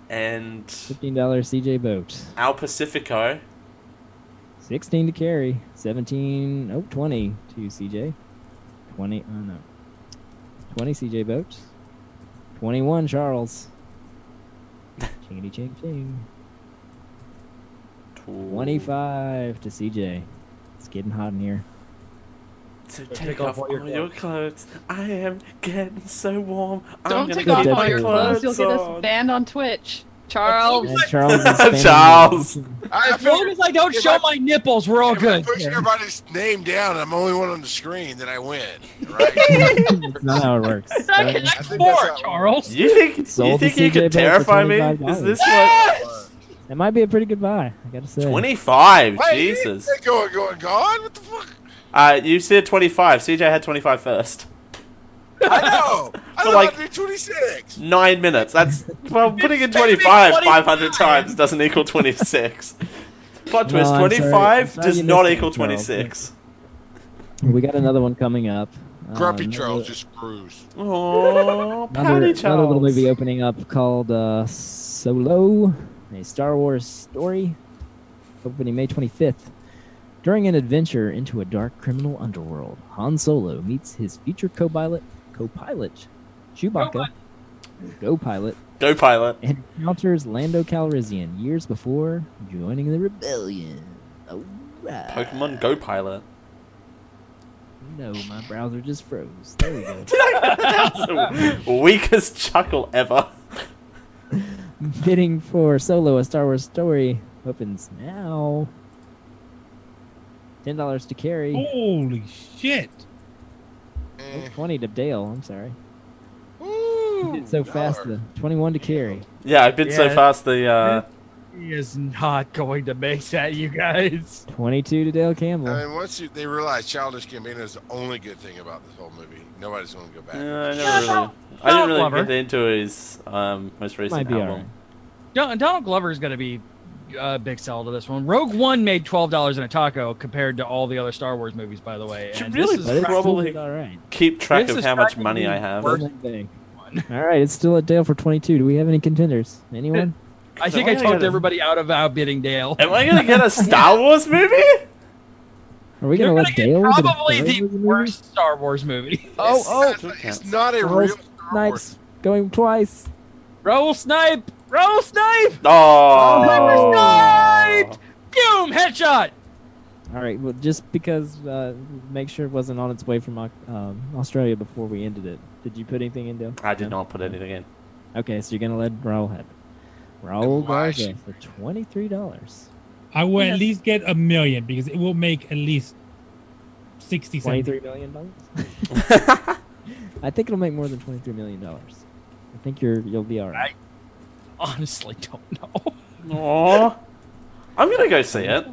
and $15 CJ Boat. Al Pacifico. 16 to carry. 17, oh, 20 to CJ. 20, oh no. 20 CJ Boat. 21 (laughs) Charles. Chingity ching ching. 25 to CJ. It's getting hot in here. So take, take off, off all all your your clothes. I am getting so warm. I'm Don't gonna take keep off all my your clothes. You'll get us on. banned on Twitch. (laughs) Charles. And (laughs) Charles. (laughs) is spending- Charles. I As long figured as I don't if show I- my nipples, we're all if I good. push Yeah. everybody's name down and I'm the only one on the screen, then I win, (laughs) right? (laughs) That's not how it works. (laughs) I Uh, can I act think that's more, how it Charles. You think you Sold think the you CJ could bill for terrify me? Is $25. this what? That might be a pretty good buy. I gotta say. Twenty five. Wait, you didn't Jesus. say going, going, gone? What the fuck? Uh, you said twenty five. CJ had 25 first. (laughs) I know. I So, thought like- I'd do 26. Nine minutes. That's well, putting in It's maybe 25 25. 500 times doesn't equal 26. Plot No, twist: I'm sorry. 25 I'm sorry does you not missed equal it, Charles. 26. We got another one coming up. Grumpy Um, Charles just screws. Oh, Another, Patty another little Charles. movie opening up called uh, Solo, a Star Wars story, opening May 25th. During an adventure into a dark criminal underworld, Han Solo meets his future co-pilot, co-pilot, Chewbacca, co-pilot, Go pilot. and encounters Lando Calrissian years before joining the rebellion. All right. Pokemon Go pilot. (laughs) No, my browser just froze. There we go. That's the weakest chuckle ever. bidding for Solo, a Star Wars story, opens now. Ten dollars to carry, Holy shit! Eh. twenty to Dale. I'm sorry, Ooh, Did so fast. dollar. The twenty-one to carry. Yeah, I've been so Yeah. fast. The uh, He is not going to make that, you guys. 22 to Dale Campbell. Uh, I mean, once you, they realize Childish Gambino is the only good thing about this whole movie, nobody's going to go back. Yeah, I never really. I didn't really get into his um, most recent Might be album. Don- Donald Glover is going to be a big seller to this one. Rogue One made twelve dollars in a taco compared to all the other Star Wars movies, by the way. And really this But is it's probably all right. Keep track This of is how much tracking money the I have. worst All right, it's still at Dale for 22. Do we have any contenders? Anyone? I think I Am I talked gonna- everybody out of outbidding Dale. Am I going to get a Star Wars movie? Are (laughs) we going to let Dale? get a Probably third? the worst Star Wars movie. (laughs) Oh, oh. It's not a Roll real. (laughs) Snipes going twice. Roll snipe! Roll snipe! Oh. Sniped! Boom! Headshot! All right, well, just because, uh, make sure it wasn't on its way from Au- um, Australia before we ended it. Did you put anything in, Dale? I did not put anything (laughs) in. Okay, so you're going to let Raul have it. Raul Why Garza should- for $23. I will Yeah. at least get a million because it will make at least 60 $23 cents. million? I think it'll make more than $23 million. I think you're, you'll be all right. Honestly, don't know. (laughs) Aw. I'm going to go see it.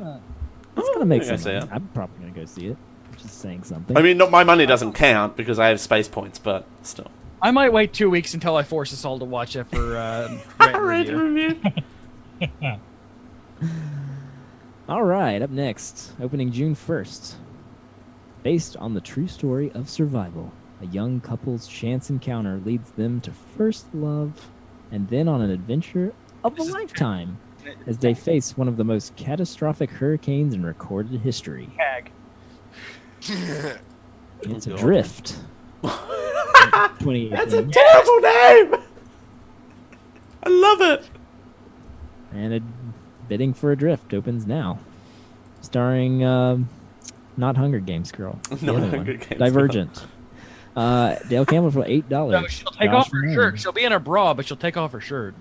It's going to make I'm gonna sense. say it. I'm probably going to go see it. Just saying something. I mean, not, my money doesn't count because I have space points, but still. (laughs) I might wait two weeks until I force us all to watch it (laughs) for uh, rent review. All right, up next, opening June 1st. Based on the true story of survival, a young couple's chance encounter leads them to first love and then on an adventure of a lifetime as they face one of the most catastrophic hurricanes in recorded history. Tag. It's God. Adrift. (laughs) 2018. That's a terrible name! I love it! And a bidding for Adrift opens now, starring um, not Hunger Games (laughs) girl, the Not other Hunger one, Games Girl. Divergent. Uh, Dale Campbell for eight dollars. No, she'll take off her shirt. She'll be in a bra, but she'll take off her shirt.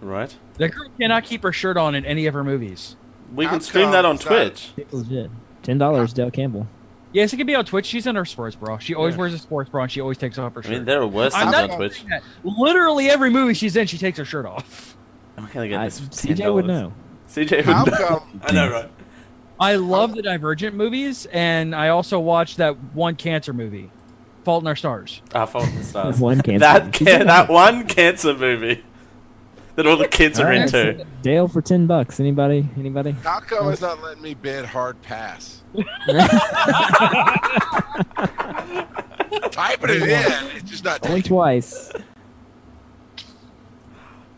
Right? The girl cannot keep her shirt on in any of her movies. We How can stream that come on it's not- Twitch. Legit. Ten dollars, Dale Campbell. Yes, it can be on Twitch. She's in her sports bra. She always Yeah. wears a sports bra, and she always takes off her I shirt. mean, there are worse I'm things not on Twitch. saying that. Literally every movie she's in, she takes her shirt off. I'm going to get I- this. for CJ would $10. know. CJ How would know. come? (laughs) I know, (laughs) right? I love the Divergent movies, and I also watched that one cancer movie, Fault in Our Stars. Ah, Fault in the Stars. One cancer That, movie. can, that one cancer movie that all the kids are Alright. into. Dale for ten bucks. Anybody? (laughs) Anybody? (laughs) How come it's not letting me bid hard pass? Typing it in, it's just not. Only twice.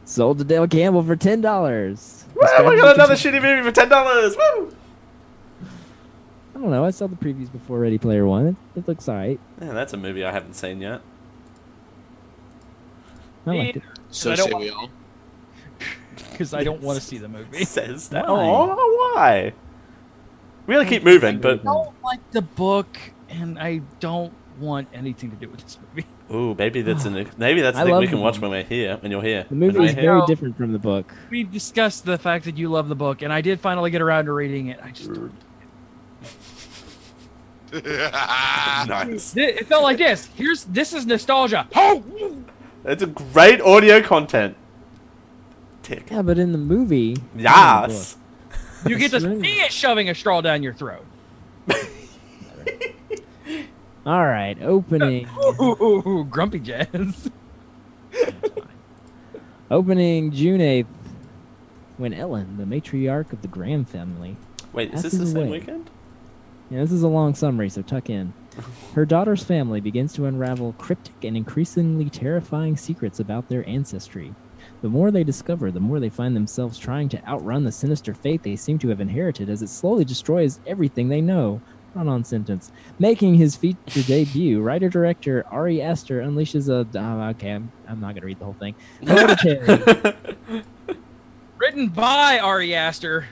Sold to Dale Campbell for ten dollars. Woo, we got another shitty movie for $10. Woo! I don't know. I saw the previews before Ready Player One. It, it looks alright. Yeah, that's a movie I haven't seen (laughs) yet. I liked it. So I don't say want- we all. Because I don't want to see the movie. Says that. Why? Oh, why? We gotta keep moving, but I don't like the book, and I don't want anything to do with this movie. ooh, maybe that's an maybe that's I the thing love we can the watch movie. when we're here, when you're here. The movie when is we're here. very No. different from the book. We discussed the fact that you love the book, and I did finally get around to reading it. I just (laughs) nice. Th- it felt like this. Here's this is nostalgia. Oh, It's a great audio content. Tick. Yeah, but in the movie, Yes. you get to That's right. see it shoving a straw down your throat. All right, opening Ooh, ooh, ooh, grumpy jazz. (laughs) opening June eighth, when Ellen, the matriarch of the Graham family, Wait, is this That's the the same way. weekend? and this is a long summary, so tuck in. Her daughter's family begins to unravel cryptic and increasingly terrifying secrets about their ancestry. The more they discover, the more they find themselves trying to outrun the sinister fate they seem to have inherited as it slowly destroys everything they know. Run on sentence. Making his feature debut, writer director Ari Aster unleashes a. Uh, okay, I'm, I'm not going to read the whole thing. (laughs) Hereditary. Written by Ari Aster.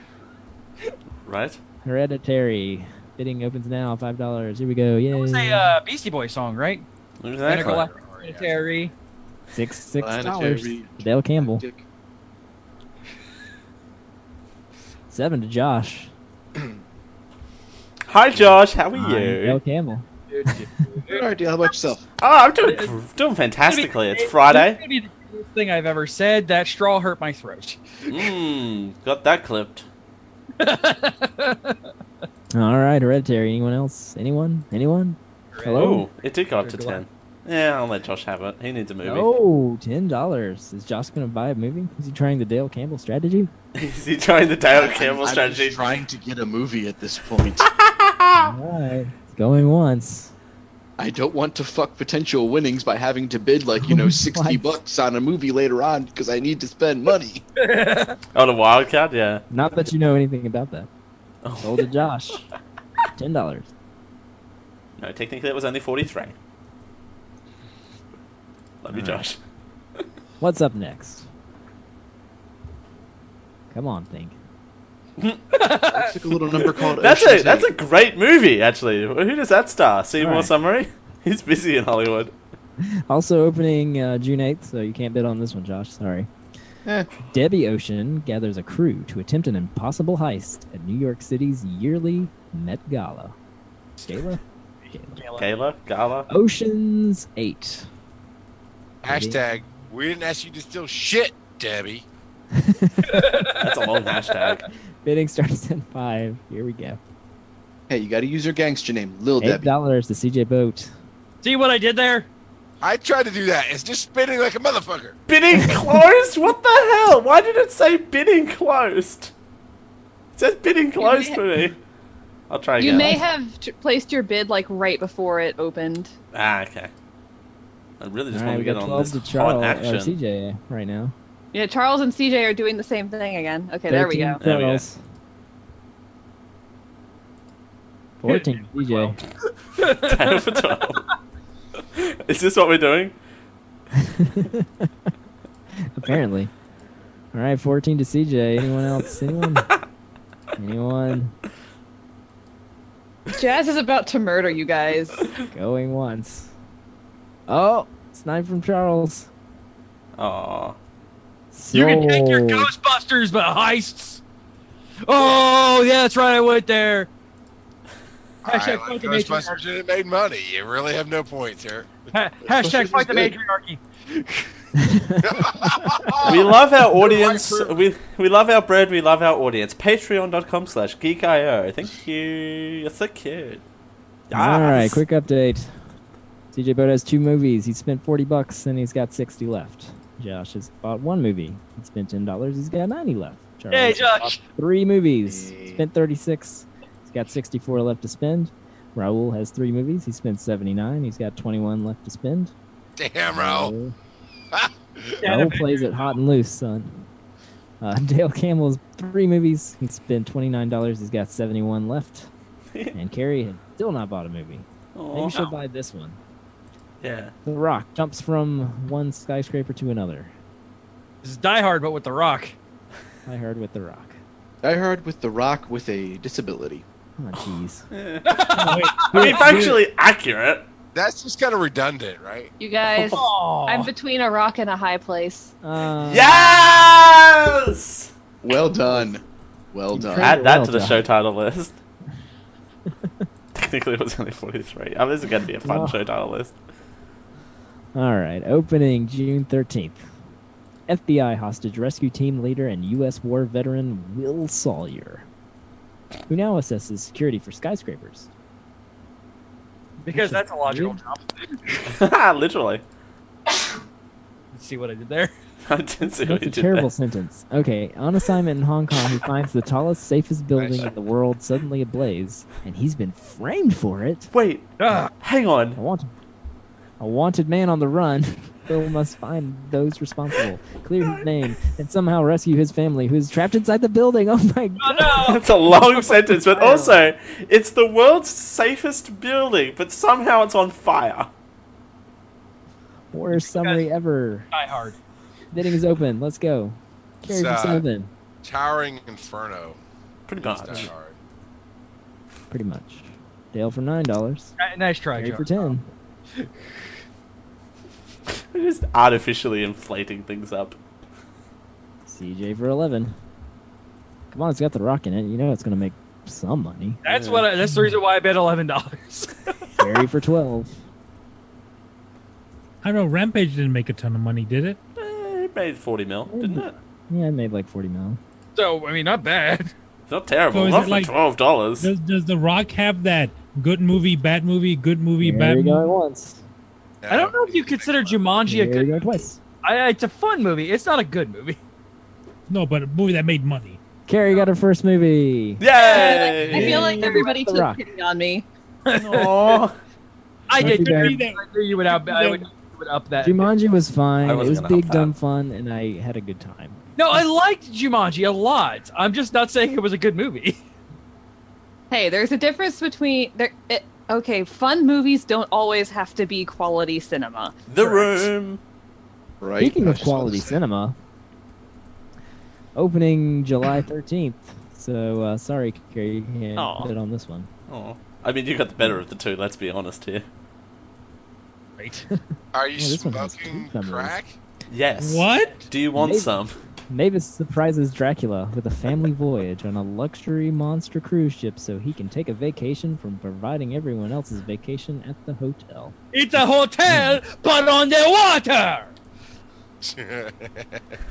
(laughs) Right. Hereditary. Bidding opens now. Five dollars. Here we go. Yay. It was a uh, Beastie Boy song, right? Medical Exactly. Hereditary. six six dollars. Planetary. Dale Campbell. Seven to Josh. Hi, Josh. How are Nine, Dale you? Campbell. All right, Dale, how about yourself? Oh, I'm doing doing fantastically. It's Friday. It's gonna be the worst thing I've ever said. That straw hurt my throat. Mmm, got that clipped. All right, Hereditary. Anyone else? Anyone? Anyone? Hello. Ooh, it did go up to Good luck. ten. Yeah, I'll let Josh have it. He needs a movie. Oh, ten dollars. Is Josh gonna buy a movie? Is he trying the Dale Campbell strategy? (laughs) Is he trying the (laughs) Dale Campbell I'm strategy? Just trying to get a movie at this (laughs) point. Alright. It's going once. I don't want to fuck potential winnings by having to bid (laughs) like you know sixty bucks on a movie later on because I need to (laughs) spend money. On a wild card, yeah. Not that you know anything about that. Sold to Josh. Ten dollars. No, technically it was only forty-three. Love you, Josh. What's up next? Come on, think. It's like a little number called. That's Ocean's a that's a Eight. great movie, actually. Who does that star? Seymour Right. Summary. (laughs) He's busy in Hollywood. Also opening uh, June 8th, so you can't bid on this one, Josh. Sorry. Eh. Debbie Ocean gathers a crew to attempt an impossible heist at New York City's yearly Met Gala. Gala? Gala. Kayla, Gala. Ocean's 8. Hashtag, we didn't ask you to steal shit, Debbie. That's (laughs) a long hashtag. Bidding starts (laughs) at 5. Here we go. Hey, you got to use your gangster name, Lil $8 Debbie. to CJ Boat. See what I did there? I tried to do that. It's just spinning like a motherfucker. (laughs) Bidding closed? What the hell? Why did it say bidding closed? It says bidding closed for me. I'll try again. You may have t- placed your bid like right before it opened. Ah, okay. I really just want All right, to we get got on 12 this to hot Oh, Charles, (laughs) or action. CJ right now. Yeah, Charles and CJ are doing the same thing again. Okay, there we 13 go. There we go. Charles. 14 CJ. 10 (laughs) for 12. Is this what we're doing? (laughs) Apparently. All right, 14 to CJ. Anyone else? Anyone? Anyone? Jazz is about to murder you guys. Going once. Oh, snipe from Charles. Aw. You can take your Sold. Ghostbusters, but heists. Oh, yeah, that's right. I went there. Hashtag I fuck like the Ghostbusters and it made money. You really have no points here. (laughs) Ha- hashtag Ghostbusters fight the is good. matriarchy. We Oh. love our (laughs) audience. We, we love our bread. We love our audience. Patreon.com slash geekio. Thank you. You're so cute. All right, Yes. quick update. CJ Boat has two movies. He spent 40 bucks and he's got 60 left. Josh has bought one movie. He spent $10. He's got 90 left. Charles Oh. Hey, has Josh. three movies. Hey. Spent 36. He's got 64 left to spend. Raul has three movies. He spent 79. He's got 21 left to spend. Damn, Raul. (laughs) Raul, (laughs) Yeah, Raul plays it hot and loose, son. Uh, (laughs) Dale Campbell has three movies. He spent $29. He's got 71 (laughs) left. and Carrie has still not bought a movie. Maybe Aw. she'll buy this one. Yeah. The Rock jumps from one skyscraper to another. This is Die Hard, but with The Rock. I heard with The Rock. I heard with The Rock with a disability. Oh, (laughs) jeez. I mean, factually accurate. That's just kind of redundant, right? You guys, Oh. I'm between a rock and a high place. Uh, Yes! Well done. Well done. Add that to the Well show title list. (laughs) Technically, it was only 43. Oh, this is going to be a fun Oh. show title list. (laughs) All right. Opening June 13th. FBI hostage rescue team leader and U.S. war veteran Will Sawyer, who now assesses security for skyscrapers. (laughs) Because that's a logical job. Literally. (laughs) Let's see what I did (laughs) there. I didn't see what That's you a did terrible there. sentence. Okay, on assignment in Hong Kong, he finds the tallest, safest building in the world suddenly ablaze, and he's been framed for it. Wait, Ah, hang on. A wanted, a wanted man on the run. (laughs) Bill must find those responsible, clear his name, and somehow rescue his family, who is trapped inside the building. Oh my (laughs) god! (laughs) That's a (laughs) long sentence, but also, it's the world's safest building, but somehow it's on fire. Worst summary ever. Die Hard. Bidding is open. Let's go. Carry It's, from uh, seven, Towering Inferno. Pretty That's much. Die Hard. pretty much. Dale for nine dollars. Ni- Nice try, Carry Joe. for ten. We're just artificially inflating things up. CJ for eleven. Come on, it's got the rock in it. You know it's gonna make some money. That's what. I, that's the reason why I bet eleven dollars. (laughs) Carry for twelve. I don't know. Rampage didn't make a ton of money, did it? Eh, It made forty mil, didn't it? Yeah, I made like forty mil. So I mean, not bad. It's not terrible. So is not it for like- twelve dollars. Does, does The Rock have that good movie, bad movie, good movie, bad we movie? go at once. I don't know if you consider Jumanji a There we good. go twice. I, I- it's a fun movie. It's not a good movie. No, but a movie that made money. Carrie got her first movie. Yay! I feel like everybody The took Rock. pity on me. Aw. I Not did. too bad. I knew you would up. I would you would up that. Jumanji was fine. I It wasn't was gonna help big, that. dumb fun, and I had a good time. No, I liked Jumanji a lot. I'm just not saying it was a (laughs) good movie. Hey, there's a difference between there. It, okay, fun movies don't always have to be quality cinema. the room. Right. Speaking I of was just about to quality say. cinema, opening July 13th. So uh, sorry, Carrie, you can't Aw. put it on this one. Oh, I mean, you got the better of the two. Let's be honest here. Right. Are you Oh, this one has smoking cucumbers. crack? (laughs) Yes. What? Do you want Maybe. some? Mavis surprises Dracula with a family voyage on a luxury monster cruise ship so he can take a vacation from providing everyone else's vacation at the hotel. (laughs) It's a hotel, but on the water.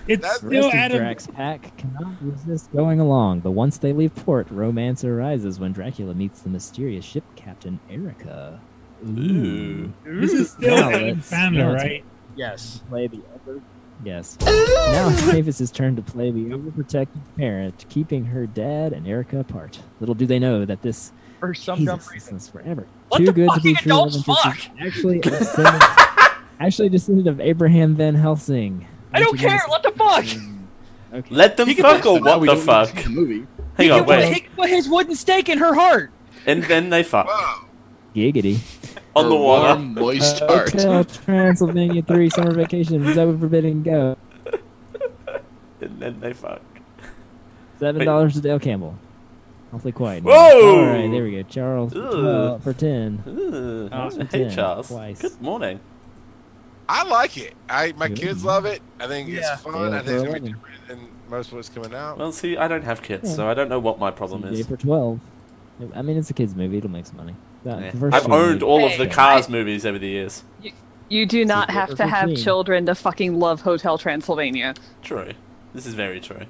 It's The That's- still rest of Adam. Drax pack cannot resist going along, but once they leave port, romance arises when Dracula meets the mysterious ship captain Erica. Ooh. This is still Now Adam let's- now Sandler, let's right? Yes. play the other. Yes. Now it's Mavis's turn to play the overprotective parent, keeping her dad and Erica apart. Little do they know that this For some dumb Jesus, this reason. is forever. Let Too the good to be fucking true. adults love interest is Actually, (laughs) a descendant, actually, a descendant of Abraham Van Helsing. I don't care. What the fuck? Okay. Let them He could fuck or ask them how what we the don't even see fuck? The movie. (laughs) Hang he on, put- wait. he put his wooden stake in her heart. And then they fuck Wow. Giggity. Uh, on the Her water. Warm, moist heart. Hotel Transylvania 3 summer vacation. Zoe Forbidden Go. And then they fuck. $7 dollars to Dale Campbell. Awfully quiet. now. Whoa! All right, there we go. Charles for, Ugh. 12 for 10. Ooh. hey, Awesome dinner, Charles. Oh, twice. Good morning. I like it. I my Yeah. kids love it. I think Yeah. it's fun. Yeah, I think it's gonna be well, different than most of what's coming out. Well, see, I don't have kids, so I don't know what my problem Gay is. for 12 I mean, it's a kid's movie. It'll make some money. That- Yeah. the first I've one we- owned all of the Hey, Cars movies over the years. You do not what have we're to have routine. children to fucking love Hotel Transylvania. True. This is very true.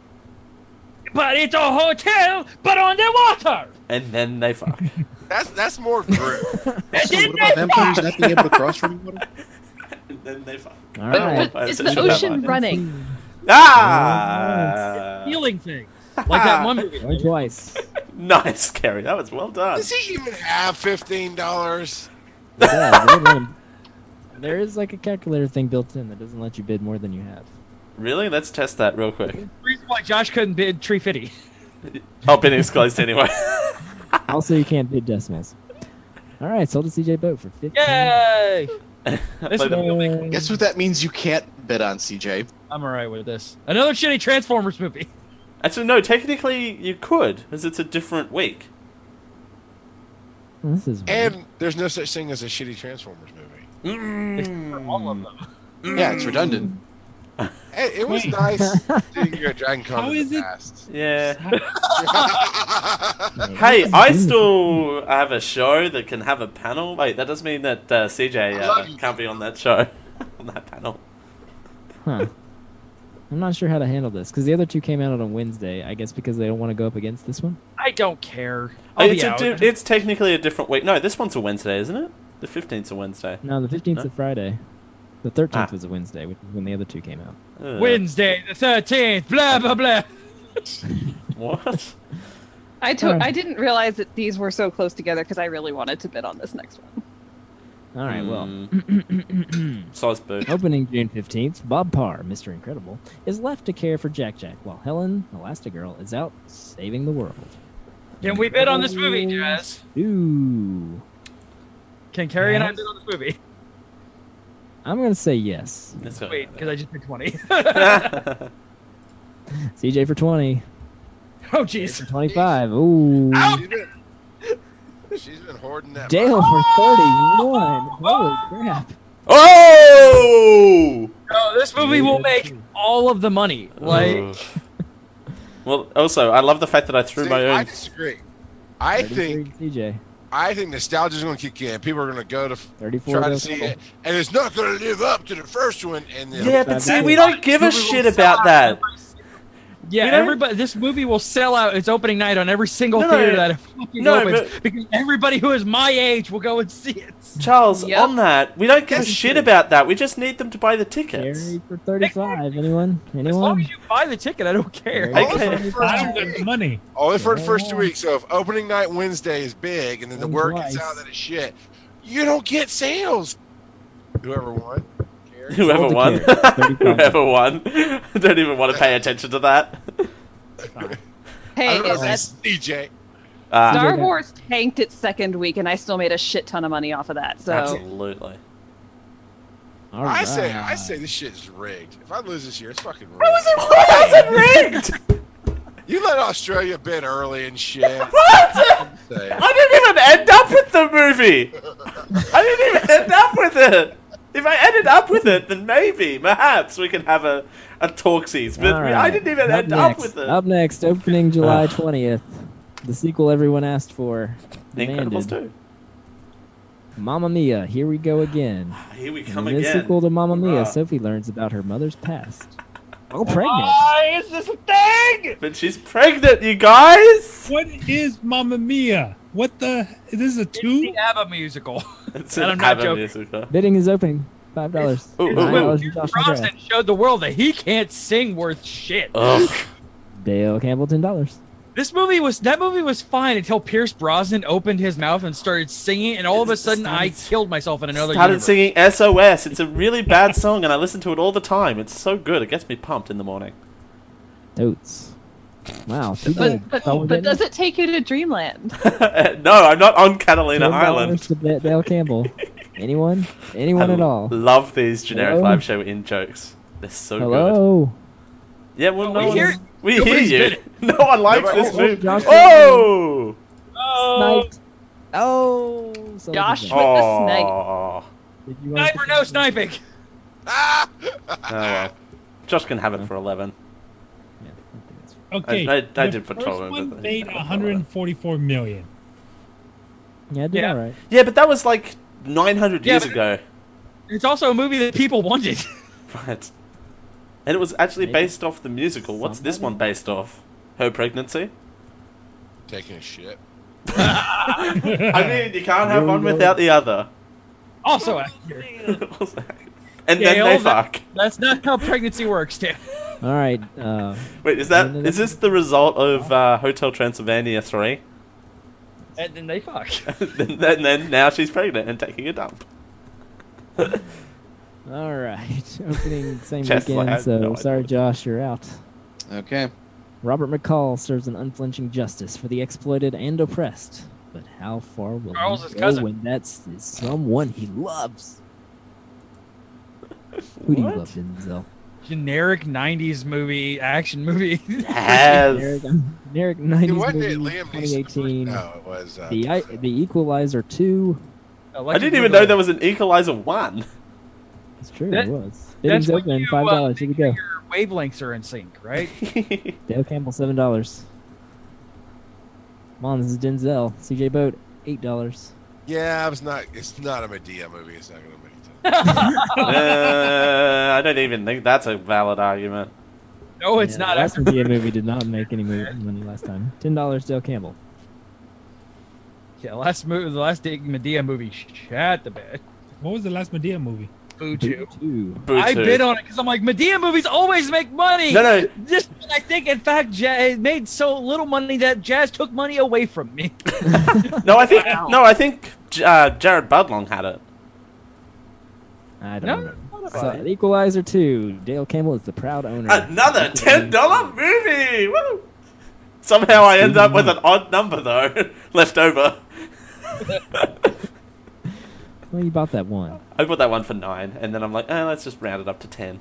But it's a hotel, but on the water. And then they fuck. That's (laughs) that's more group. Also, what (laughs) about vampires not (laughs) being able to cross from water? and then they fuck. All But- (laughs) right. but is I the should have ocean that. running? Ah! Healing thing. Like that (laughs) one Only movie. twice. Nice, Kerry. That was well done. Does he even have fifteen dollars? Yeah, they let 'em- there is like a calculator thing built in that doesn't let you bid more than you have. Really? Let's test that real quick. reason why Josh couldn't bid Tree Fitty. Oh, bidding's closed anyway. Also, you can't bid decimals. All right, sold to CJ Boat for fifty. (laughs) Yay! Play This one the- will make Guess what that means? You can't bet on CJ. (laughs) I'm alright with this. Another shitty Transformers movie. Actually, no, technically you could, because it's a different week. This is weird. And there's no such thing as a shitty Transformers movie. (laughs) All of them. Yeah, Mm. it's redundant. Hey, it was Wait. (laughs) nice doing your Dragon Con How in is the it- past. Yeah. (laughs) (laughs) Like, uh, Hey, this I is still have a show that can have a panel. Wait, that doesn't mean that uh, CJ I love uh, you. can't be on that show, (laughs) on that panel. weird. Huh. I'm not sure how to handle this because the other two came out on a Wednesday. I guess because they don't want to go up against this one. I don't care. I'll it's, be a out. di- it's technically a different week. No, this one's a Wednesday, isn't it? The 15th's a Wednesday. No, the 15th is Huh? a Friday. The 13th Ah. was a Wednesday, which is when the other two came out. Ugh. Wednesday the thirteenth. Blah blah blah. What? I to- Alright. I didn't realize that these were so close together because I really wanted to bid on this next one. All right, Hmm. well. Mm. Size boo. Opening June 15th, Bob Parr, Mr. Incredible, is left to care for Jack Jack while Helen, Elastigirl, is out saving the world. Can we bid on this movie, Jazz? Ooh. Can Carrie and I Yes. bid on this movie? I'm going to say yes. Let's go. (laughs) Wait, (laughs) because I just picked (laughs) twenty. CJ for 20. oh Dave for jeez. 25. Ooh. She's been, she's been hoarding that. Dale for 31. Holy crap. Oh! No, this movie will make all of the money. (laughs) Like Ugh. well, also, I love the fact that I threw See, my I own. disagree. I 33 think CJ. I think nostalgia is going to kick in. People are going to go to 34 try to goes see cool. it, and it's not going to live up to the first one. And the Yeah, but see, we don't give a shit about that. Yeah, You know- everybody. This movie will sell out its opening night on every single No, no, theater no. that it fucking No, opens but- because everybody who is my age will go and see it. Charles, Yep. on that, we don't give a shit about that. We just need them to buy the tickets. Carry for 35. Anyone? As long Anyone? as you buy the ticket, I don't care. Only for Okay. the first two weeks. money. Only for the first two weeks. So if opening night Wednesday is big, and then the Only word twice. gets out that it's shit, you don't get sales. Whoever won. cares. (laughs) Whoever Hold the won. (laughs) carrot. 35. Whoever won. (laughs) don't even want to pay attention to that. Hey, I don't know, that's DJ. Ah, Star Wars tanked its second week, and I still made a shit ton of money off of that. So Absolutely. All I say, I right. say this shit is rigged. If I lose this year, it's fucking rigged. That wasn't rigged! You let Australia bid early and (laughs) shit. What? Say, I didn't even end up with the movie. I didn't even end up with it. If I ended up with it, then maybe, perhaps we can have a a talksies. But All we- I right. didn't even end next. up with it. Up next, opening July Ugh. 20th. The sequel everyone asked for. the Incredibles Demanded. too. Mamma Mia, here we go again. (sighs) Here we come In this again. sequel to Mamma Mia, Hurrah. Sophie learns about her mother's past. Oh, pregnant. Why is this a thing? But she's pregnant, you guys. What is Mamma Mia? What the? Is this a two? the ABBA musical. It's And an I'm not ABBA joking. musical. Bidding is opening. Five dollars. Ooh, ooh, Nine ooh. dollars to Dude, Josh Brosnan McGrath. showed the world that he can't sing worth shit. Ugh. Dale Campbell, ten dollars. This movie was that movie was fine until Pierce Brosnan opened his mouth and started singing, and all of a sudden I killed myself in another. Started universe. singing SOS. It's a really bad song, and I listen to it all the time. It's so good. It gets me pumped in the morning. (laughs) Notes. Wow. Two But, but, but does it take you (laughs) to dreamland? no, I'm not on Catalina Island. To Da- Dale (laughs) Campbell. Anyone? Anyone I at all? Love these generic Hello? live show in jokes. They're so good. Hello. Yeah, well, no we one- hear- we hear nobody's you. been- (laughs) No one likes Nobody- this oh, movie. Josh- Oh, Oh, Sniped. Oh. Sullivan. Josh. oh, oh, Did you want snipe to- or no sniping. ah! well. Josh can have it for eleven. Yeah, I think that's- Okay. I- I the did put first Trollman, one but- made 144 million. Yeah, I did Yeah. all right. Yeah, but that was like nine hundred Yeah, years but- ago, It's also a movie that people wanted. (laughs) right? And it was actually Maybe based off the musical. What's this somebody- one based off? Her pregnancy. Taking a shit. I mean, you can't have one without the (laughs) other. Also, accurate. and Yeah, then they all that- fuck. that's not how pregnancy works, Dan. All right. Uh, Wait, is that Isn't it- is this the result of uh, Hotel Transylvania three? (laughs) And then they fuck. (laughs) then, then, then now she's pregnant and taking a dump. all right. (laughs) Opening same Just like- I weekend. had So no sorry, idea. Josh, you're out. Okay. Robert McCall serves an unflinching justice for the exploited and oppressed. But how far will Charles' he go cousin. when that's is someone he loves? Who do you What? love, Denzel? Generic '90s movie, action movie. (laughs) Yes. Generic, (laughs) generic 90s Dude, wasn't movie, it Liam Neeson? 2018. No, it was. Uh, The, I, the Equalizer 2. I didn't even know there was an Equalizer one. (laughs) It's true, That- it was. That's Bidding's when open, you, $5. uh, Here we think go. Your wavelengths are in sync, (laughs) right? Dale Campbell, seven dollars. Come on, this is Denzel. CJ Boat, eight dollars. yeah, I was not. It's not a Medea movie. It's not gonna make it. uh, I don't even think that's a valid argument. Oh, No, it's (laughs) not. Last After Medea movie did not make any mo- money last time. Ten dollars, Dale Campbell. (laughs) yeah, last movie, the last Dick Medea movie, shut the bed. (laughs) What was the last Medea movie? Buju. Two. Boo (laughs) I too. bid on it because I'm like Medea movies always make money. No, (laughs) no. This one, I think, in fact, ja- it made so little money that Jazz took money away from me. No, I think no, I think J- uh, Jared Budlong had it. I No, don't know. (laughs) not So, about it. Equalizer two. Dale Campbell is the proud owner. (laughs) Another Equalizer ten dollar movie. Woo! Somehow I end up with an odd number though (laughs) left (laughs) over. two. Well, you bought that one. I bought that one for nine, and then I'm like, eh, let's just round it up to ten.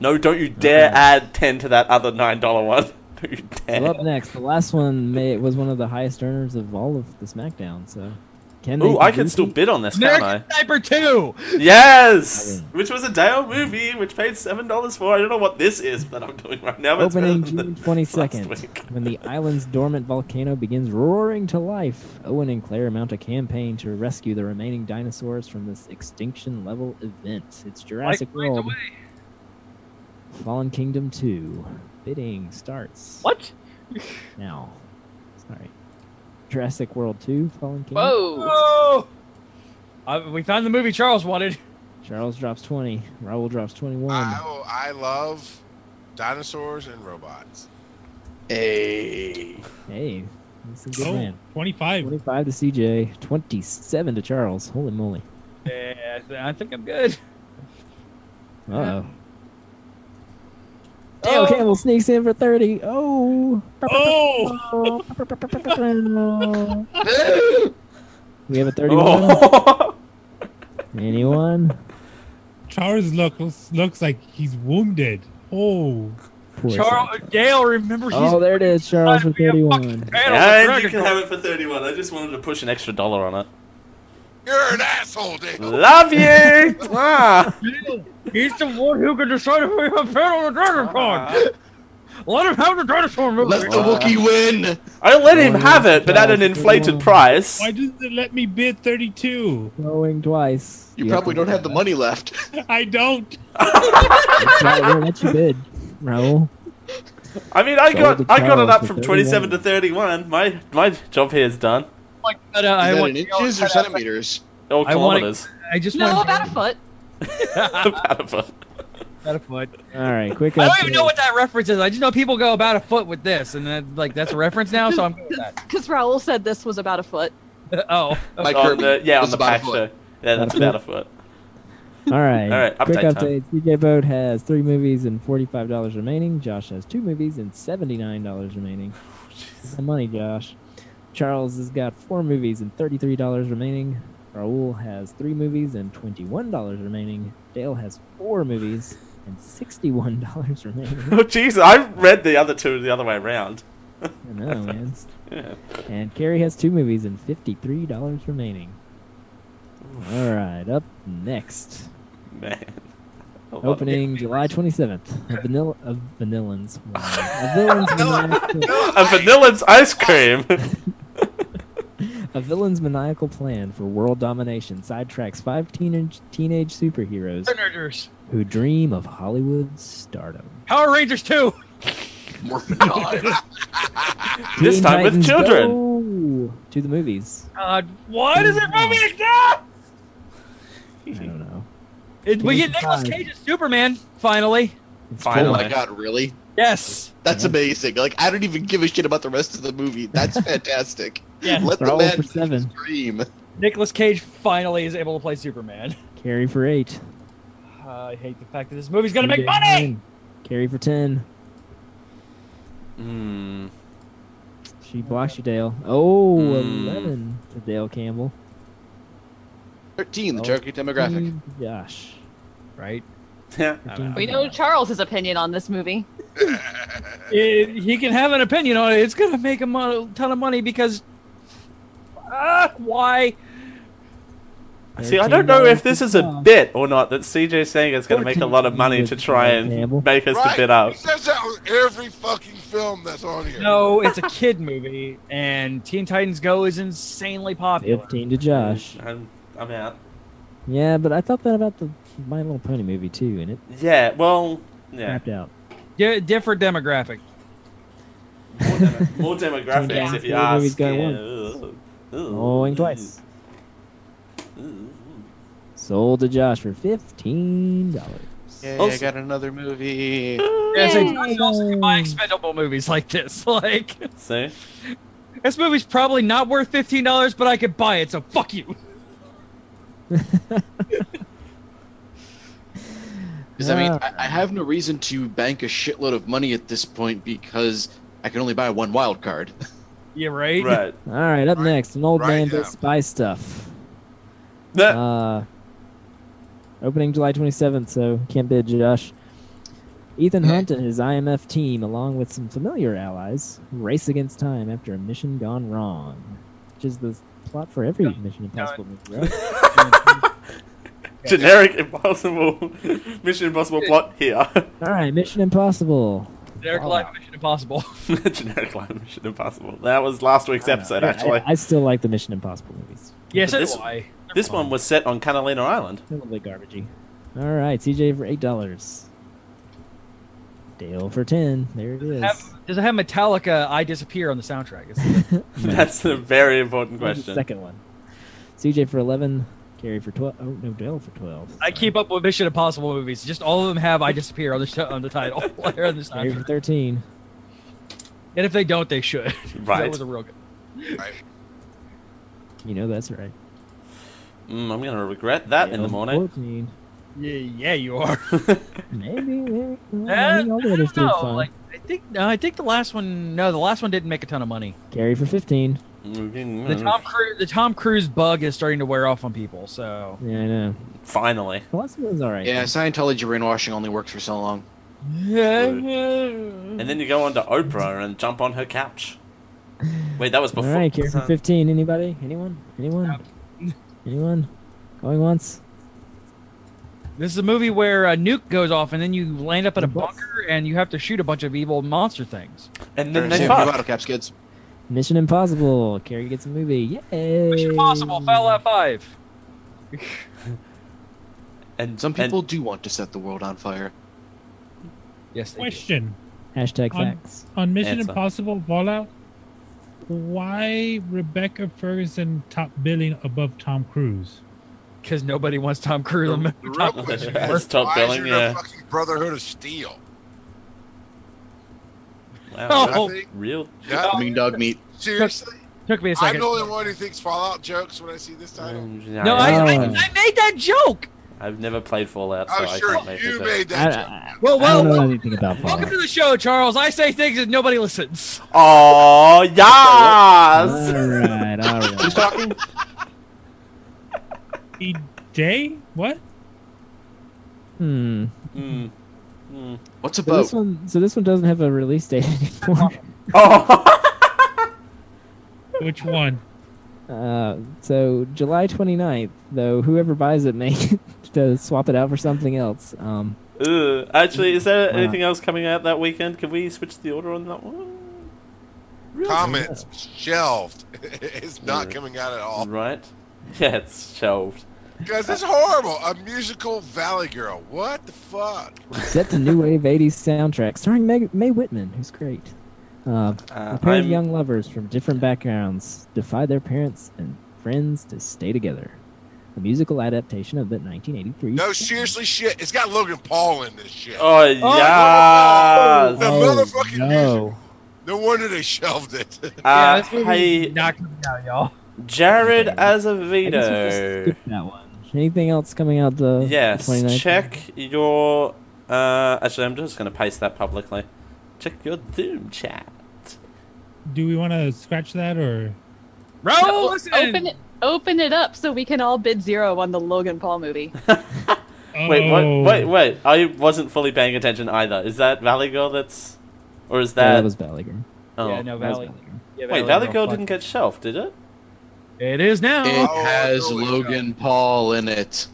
No, don't you dare Okay. add ten to that other nine dollar one. (laughs) Don't you dare. Well, up next, the last one may, was one of the highest earners of all of the SmackDown. So Can Ooh, they I can do still it? bid on this, can't American I? Sniper 2! Yes, which was a Dale movie, which paid seven dollars for. I don't know what this is that I'm doing right now. It's Opening better than June the- (laughs) twenty last second, week. (laughs) when the island's dormant volcano begins roaring to life, Owen and Claire mount a campaign to rescue the remaining dinosaurs from this extinction level event. It's Jurassic Light World, Fallen Kingdom two. Bidding starts What? now. Sorry, Jurassic World two. Fallen Kingdom. Whoa! Oh! Uh, we found the movie Charles wanted. Charles drops twenty. Raul drops twenty one. I, will- I love dinosaurs and robots. Hey. Hey, that's a good Oh, man. 25. 25 to CJ, 27 to Charles. Holy moly. Yeah, I think I'm good. Uh oh. Dale Campbell sneaks in for 30. Oh. Oh. (laughs) we have a 31. (laughs) Oh. Anyone? Charles looks looks like he's wounded. Oh, Poor Charles, Dale, remember he's Oh, there it is. Charles with 31. (laughs) and you can have it for thirty-one. I just wanted to push an extra dollar on it. You're an asshole, (laughs) Dick. Love (laughs) you. ah. He's the one who can decide if we have fed on the dinosaur. (laughs) Let him have the dinosaur movie. Let the Wookiee win. I let him have it, but at an inflated price. why didn't they let me bid 32? Going twice. You probably don't have the money left. I don't. That's you bid, Raul. I mean, I So got did I got it Charles up for from twenty-seven to thirty-one. My my job here is done. Like, but, uh, (laughs) Is I that want in Dale inches cut or out- (laughs) centimeters? Or I wanna- (laughs) kilometers. (laughs) I just No, want about a foot. About a foot. about a foot. All right, quick (laughs) I don't even update. know what that reference is. I just know people go about a foot with this, and then like that's a reference now. So I'm good with that. Because Raul said this was about a foot. (laughs) oh, Mike on Kirby. the, yeah, on That's the about a patch. foot. though. Yeah, that's about a foot. All right. All right, Quick update time. update. CJ Boat has three movies and forty-five dollars remaining. Josh has two movies and seventy-nine dollars remaining. The money, Josh. Charles has got four movies and thirty-three dollars remaining. Raul has three movies and twenty-one dollars remaining. Dale has four movies and sixty-one dollars (laughs) remaining. Oh, jeez, I read the other two the other way around. I know, (laughs) man. Yeah. And Carrie has two movies and fifty-three dollars remaining. All right, up next. Man. A lot of- Opening July 27th. A vanilla of vanillins. wine. A villain's (laughs) (laughs) maniacal, A vanilla's ice cream. (laughs) a villain's maniacal plan for world domination sidetracks five teenage teenage superheroes Rangers, who dream of Hollywood stardom. Power Rangers too. Morphin God. This time with children. go to the movies. God, what is it movie like that? I don't know. It, we get Teen Nicolas Titans. Cage as Superman finally. It's Oh Finally. (laughs) my God, really? Yes. That's amazing. Like I don't even give a shit about the rest of the (laughs) movie. That's fantastic. Yeah. Let the Throw man for seven. scream. Nicolas Cage finally is able to play Superman. (laughs) Carry for eight. Uh, I hate the fact that this movie's gonna make DJ money. Allen. Carry for ten. Hmm. She blocks you, Dale. Oh, Mm. 11 to Dale Campbell. Thirteen. The Oh. target demographic. Josh. Right. Yeah. We know Charles's opinion on this movie. (laughs) It- he can have an opinion on it. It's gonna make him a ton of money because. Ah, why? See, I don't know if this is a $13.50. bit or not that CJ's saying it's going to make a lot of money to try and make us to Right. bid up. He says that on every fucking film that's on here. No, (laughs) it's a kid movie, and Teen Titans Go is insanely popular. 15 to Josh. I'm, I'm out. Yeah, but I thought that about the My Little Pony movie too, and it Yeah, well, yeah. crapped out. Di- different demographic. More, demo- more demographics, Yeah. if you Yeah, ask. maybe it's going yeah. one. Ugh. Ugh. Going twice. Ugh. Sold to Josh for fifteen dollars. Oh, Hey, Also- I got another movie. Yeah, so Yay. Josh also can buy expendable movies like this. (laughs) Like (laughs) See? this movie's probably not worth fifteen dollars, but I could buy it. So fuck you. (laughs) Because I mean, Ah. I, I have no reason to bank a shitload of money at this point because I can only buy one wild card. Yeah, right. Right. All right, up Right- next, an old right man now. does spy stuff. That- Uh, opening July twenty seventh, so can't bid Josh. Ethan Hunt and his IMF team, along with some familiar allies, race against time after a mission gone wrong. which is the plot for every Mission Impossible movie. Right? Generic impossible (laughs) Mission Impossible plot here. (laughs) All right, Mission Impossible. Derek Live Mission Impossible. Generic line Mission Impossible. That was last week's episode, Yeah, actually. I, I still like the Mission Impossible movies. Yes, But this, this one was set on Catalina Island. They're A little bit garbagey. All right, CJ for eight dollars. Dale for ten. There it is. (laughs) Have- (laughs) does it have Metallica? I disappear on the soundtrack. It's- (laughs) That's a very important Where's question. the Hmm. second one. CJ for eleven. Gary for twelve. Oh no, Dale for twelve. I keep up with Mission Impossible movies. Just all of them have "I Disappear" on the show, on the (laughs) title. or on the Gary for soundtrack. thirteen. and if they don't, (laughs) they should. Right. That was a real good. You know that's right. Mm, I'm gonna regret that in the Dale for morning. Fourteen. Yeah, yeah, you (laughs) are. Maybe. maybe (laughs) well, Eh, I mean, all the others did No, fine. like I think no, I think the last one. No, the last one didn't make a ton of money. Gary for fifteen. The Mm-hmm. Tom Cruise, the Tom Cruise bug is starting to wear off on people. So Yeah, I know. Finally. The last one was all right. Yeah, Scientology brainwashing only works for so long. (laughs) And then you go on to Oprah and jump on her couch. Wait, that was All before. right, Gary for so- fifteen. Anybody? Anyone? Anyone? (laughs) Anyone? Going once? this is a movie where a nuke goes off and then you land up in a bunker and you have to shoot a bunch of evil monster things. And then There's they two new fuck. bottle caps, kids. Mission Impossible. Carrie gets a movie. Yay! Mission Impossible, Foul at five. And Some people do want to set the world on fire. Yes. They do. Question Hashtag on, facts. on Mission Answer. Impossible Fallout. Why Rebecca Ferguson top billing above Tom Cruise? Because nobody wants Tom Cruise. on The the real top (laughs) question That's is, top why billing, is there no yeah. fucking Brotherhood of Steel? Wow, Oh. Nothing? real. No- I mean, dog meat. seriously? Took me a I'm second. the only one who thinks Fallout jokes when I see this title. No, I, I, I Oh. made that joke. have never played Fallout, so Oh, I sure, can't make you it. made I, that joke. I, Well, I well, don't know well anything about welcome Fallout. to the show, Charles. I say things that nobody Uh, listens. Oh yes! All right, (laughs) all Who's right. talking? E Day? What? Hmm. (laughs) Mm. Mm. What's a So this boat? one, so this one doesn't have a release date (laughs) anymore. Oh, Which one? Uh, so July 29th, though, whoever buys it may (laughs) get to swap it out for something else. Um, Ugh. actually, is there Wow. anything else coming out that weekend? Can we switch the order on that one? Really? Comments shelved. (laughs) it's not Yeah. coming out at all. Right? (laughs) Yeah, it's shelved. Guys, this is horrible. A musical Valley Girl. What the fuck? set to new wave 80s soundtrack starring May, Mae Whitman, who's great. Uh, Uh, a pair of I'm- young lovers from different backgrounds defy their parents and friends to stay together. A musical adaptation of the 1983. No, seriously, shit. It's got Logan Paul in this shit. Oh Uh, The yes! motherfucking Oh, no. music. No wonder they shelved it. (laughs) Uh, this movie's hey, not coming out, y'all. Jared I guess we'll just Azevedo. skip that one. Anything else coming out the Oh, the Yes, 29th? check your. Uh, actually, I'm just going to paste that publicly. Check your Zoom chat. Do we want to scratch that or? Bro, No, listen. Open it, open it up so we can all bid zero on the Logan Paul (laughs) movie. Wait, Oh. what? Mm. Wait, wait. I wasn't fully paying attention either. Is that Valley Girl that's. Or is that. Yeah, that was Balliger. oh. Yeah, no, That was Valley. Balliger. yeah, Wait, Valley Valley Girl, Girl fuck. didn't get shelved, did it? It is now. It Oh, has no, it's Logan Paul in it.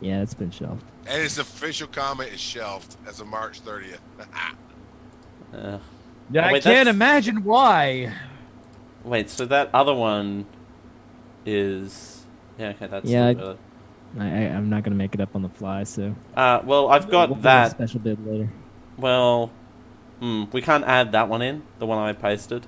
Yeah, it's been shelved. And its official comment is shelved as of March 30th. (laughs) (laughs) Uh, Yeah, I wait, can't that's- imagine why. wait, so that other one is. Yeah, okay, that's. Yeah, not really- I, I, I'm not gonna make it up on the fly, so Uh, well, I've we'll got do a that. special bid later. Well, hmm, we can't add that one in, the one I pasted.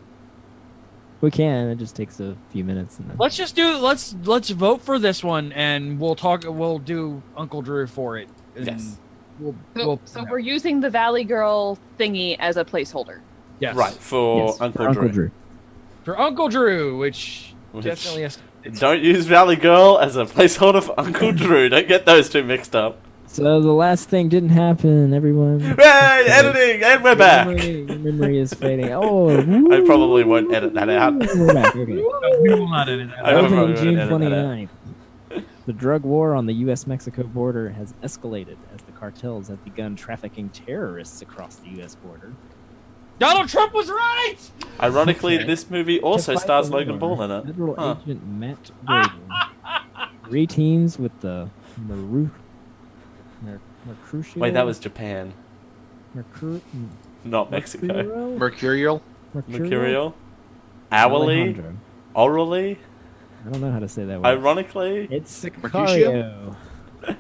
We can. It just takes a few minutes. And then... Let's just do. Let's let's vote for this one, and we'll talk. We'll do Uncle Drew for it. and Yes. We'll, So, we'll, so we're using the Valley Girl thingy as (laughs) a placeholder. yes. Right, for Yes, Uncle, for Drew. for Uncle Drew, which, Which- definitely is. Don't use Valley Girl as a placeholder for Uncle Drew. Don't get those two mixed up. So the last thing didn't happen. Everyone. Hey, editing, and we're Your back. Memory, your memory (laughs) is fading. Oh. I probably won't edit that out. woo, We're back. Okay. We will not edit that. (laughs) I don't know if Opening I'm June gonna edit that out. 29th. The drug war on the U.S.-Mexico border has escalated as the cartels have begun trafficking terrorists across the U.S. border. Donald Trump was right. Ironically, this movie also To fight stars the Logan war, Paul in it. Federal Huh. agent Matt Braden reteams with the Maru. Mer- Mercutio- Wait, that was Japan, Mercur- not Mexico. Mercurial? Mercurial. Mercurial, hourly, Alejandro. orally, I don't know how to say that word. ironically. It's Mercutio?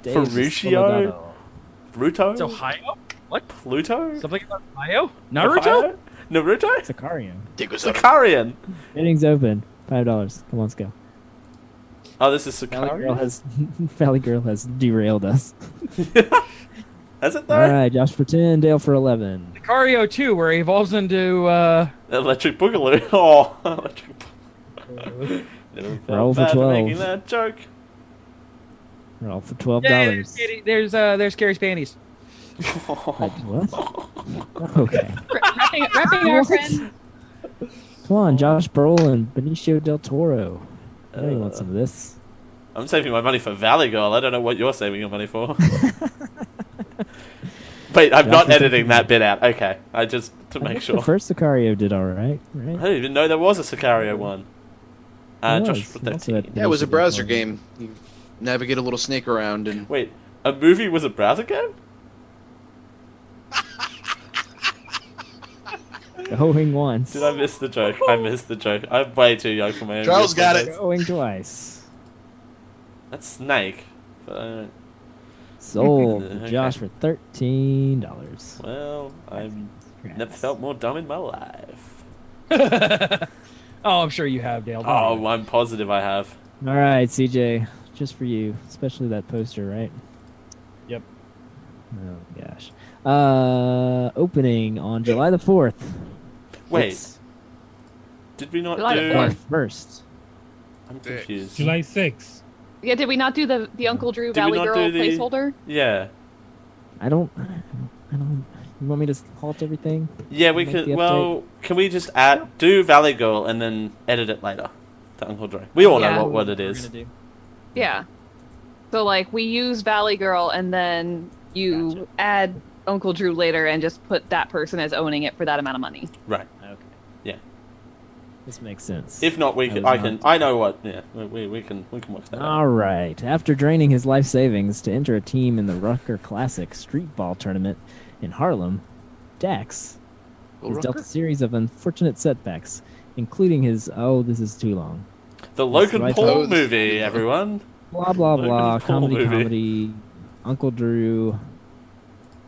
Davis Salgado. Ferruccio, Bruto, It's Ohio. What? Pluto, Something about Ohio? Ohio? Naruto? Naruto, Sakarian. Sakarian. Bidding's open. Five dollars. Come on, let's go. Oh, this is Valley Girl Sakarian. has (laughs) Valley Girl has derailed us. Has it All though? right, Josh for ten, Dale for eleven. Sicario 2, where he evolves into. uh Electric Boogaloo. (laughs) Oh, Electric Boogaloo. Never felt Roll for bad 12. making that joke. We're all for twelve yeah, there's, dollars. scary- there's uh, there's scary panties. what? Okay. wrapping, wrapping our friend. Come on, Josh Brolin, Benicio del Toro. I know you want some of this. (laughs) I'm saving my money for Valley Girl. I don't know what you're saving your money (laughs) for. Wait, I'm Yeah, not I think- editing that bit out. Okay, I just to I make think sure. The first Sicario did all right, I right? didn't even know there was a Sicario one. Uh, There Josh was. for Lots of 13. it. Yeah, it was a browser game. You navigate a little snake around and Wait, a movie was a browser game? Going once. Did I miss the joke? (laughs) I missed the joke. I'm way too young for my own. Charles good got jokes. it. Going (laughs) twice. That's Snake. But I don't- Sold. Okay. Josh for thirteen dollars. well, I've never felt more dumb in my life. (laughs) Oh, I'm sure you have, Dale. Don't Oh, I'm positive I have. All right, CJ, just for you, especially that poster, right? Yep. Oh gosh. Uh, opening on July the fourth. Wait, It's did we not July the do? or first. I'm confused. July 6th. Yeah, did we not do the the Uncle Drew Did we Valley not Girl do the- placeholder? Yeah, I don't. I don't. I don't you want me to s- halt everything? yeah. We Make could. the update. Well, can we just add do Valley Girl and then edit it later to Uncle Dre? We all Yeah. know what, what it is. Yeah. So like we use Valley Girl and then you add Uncle Drew later and just put that person as owning it for that amount of money. Right. Okay. Yeah. This makes sense. If not, we I can. was I not- can. I know what. Yeah. We, we, we can. We can work that. out. All right. After draining his life savings to enter a team in the Rucker Classic Street Ball Tournament in Harlem, Dax Go is dealt a Rucker. series of unfortunate setbacks, including his oh, this is too long. The Logan right. Paul Those- movie, everyone. Blah blah Logan blah. Paul Comedy movie. comedy. Uncle Drew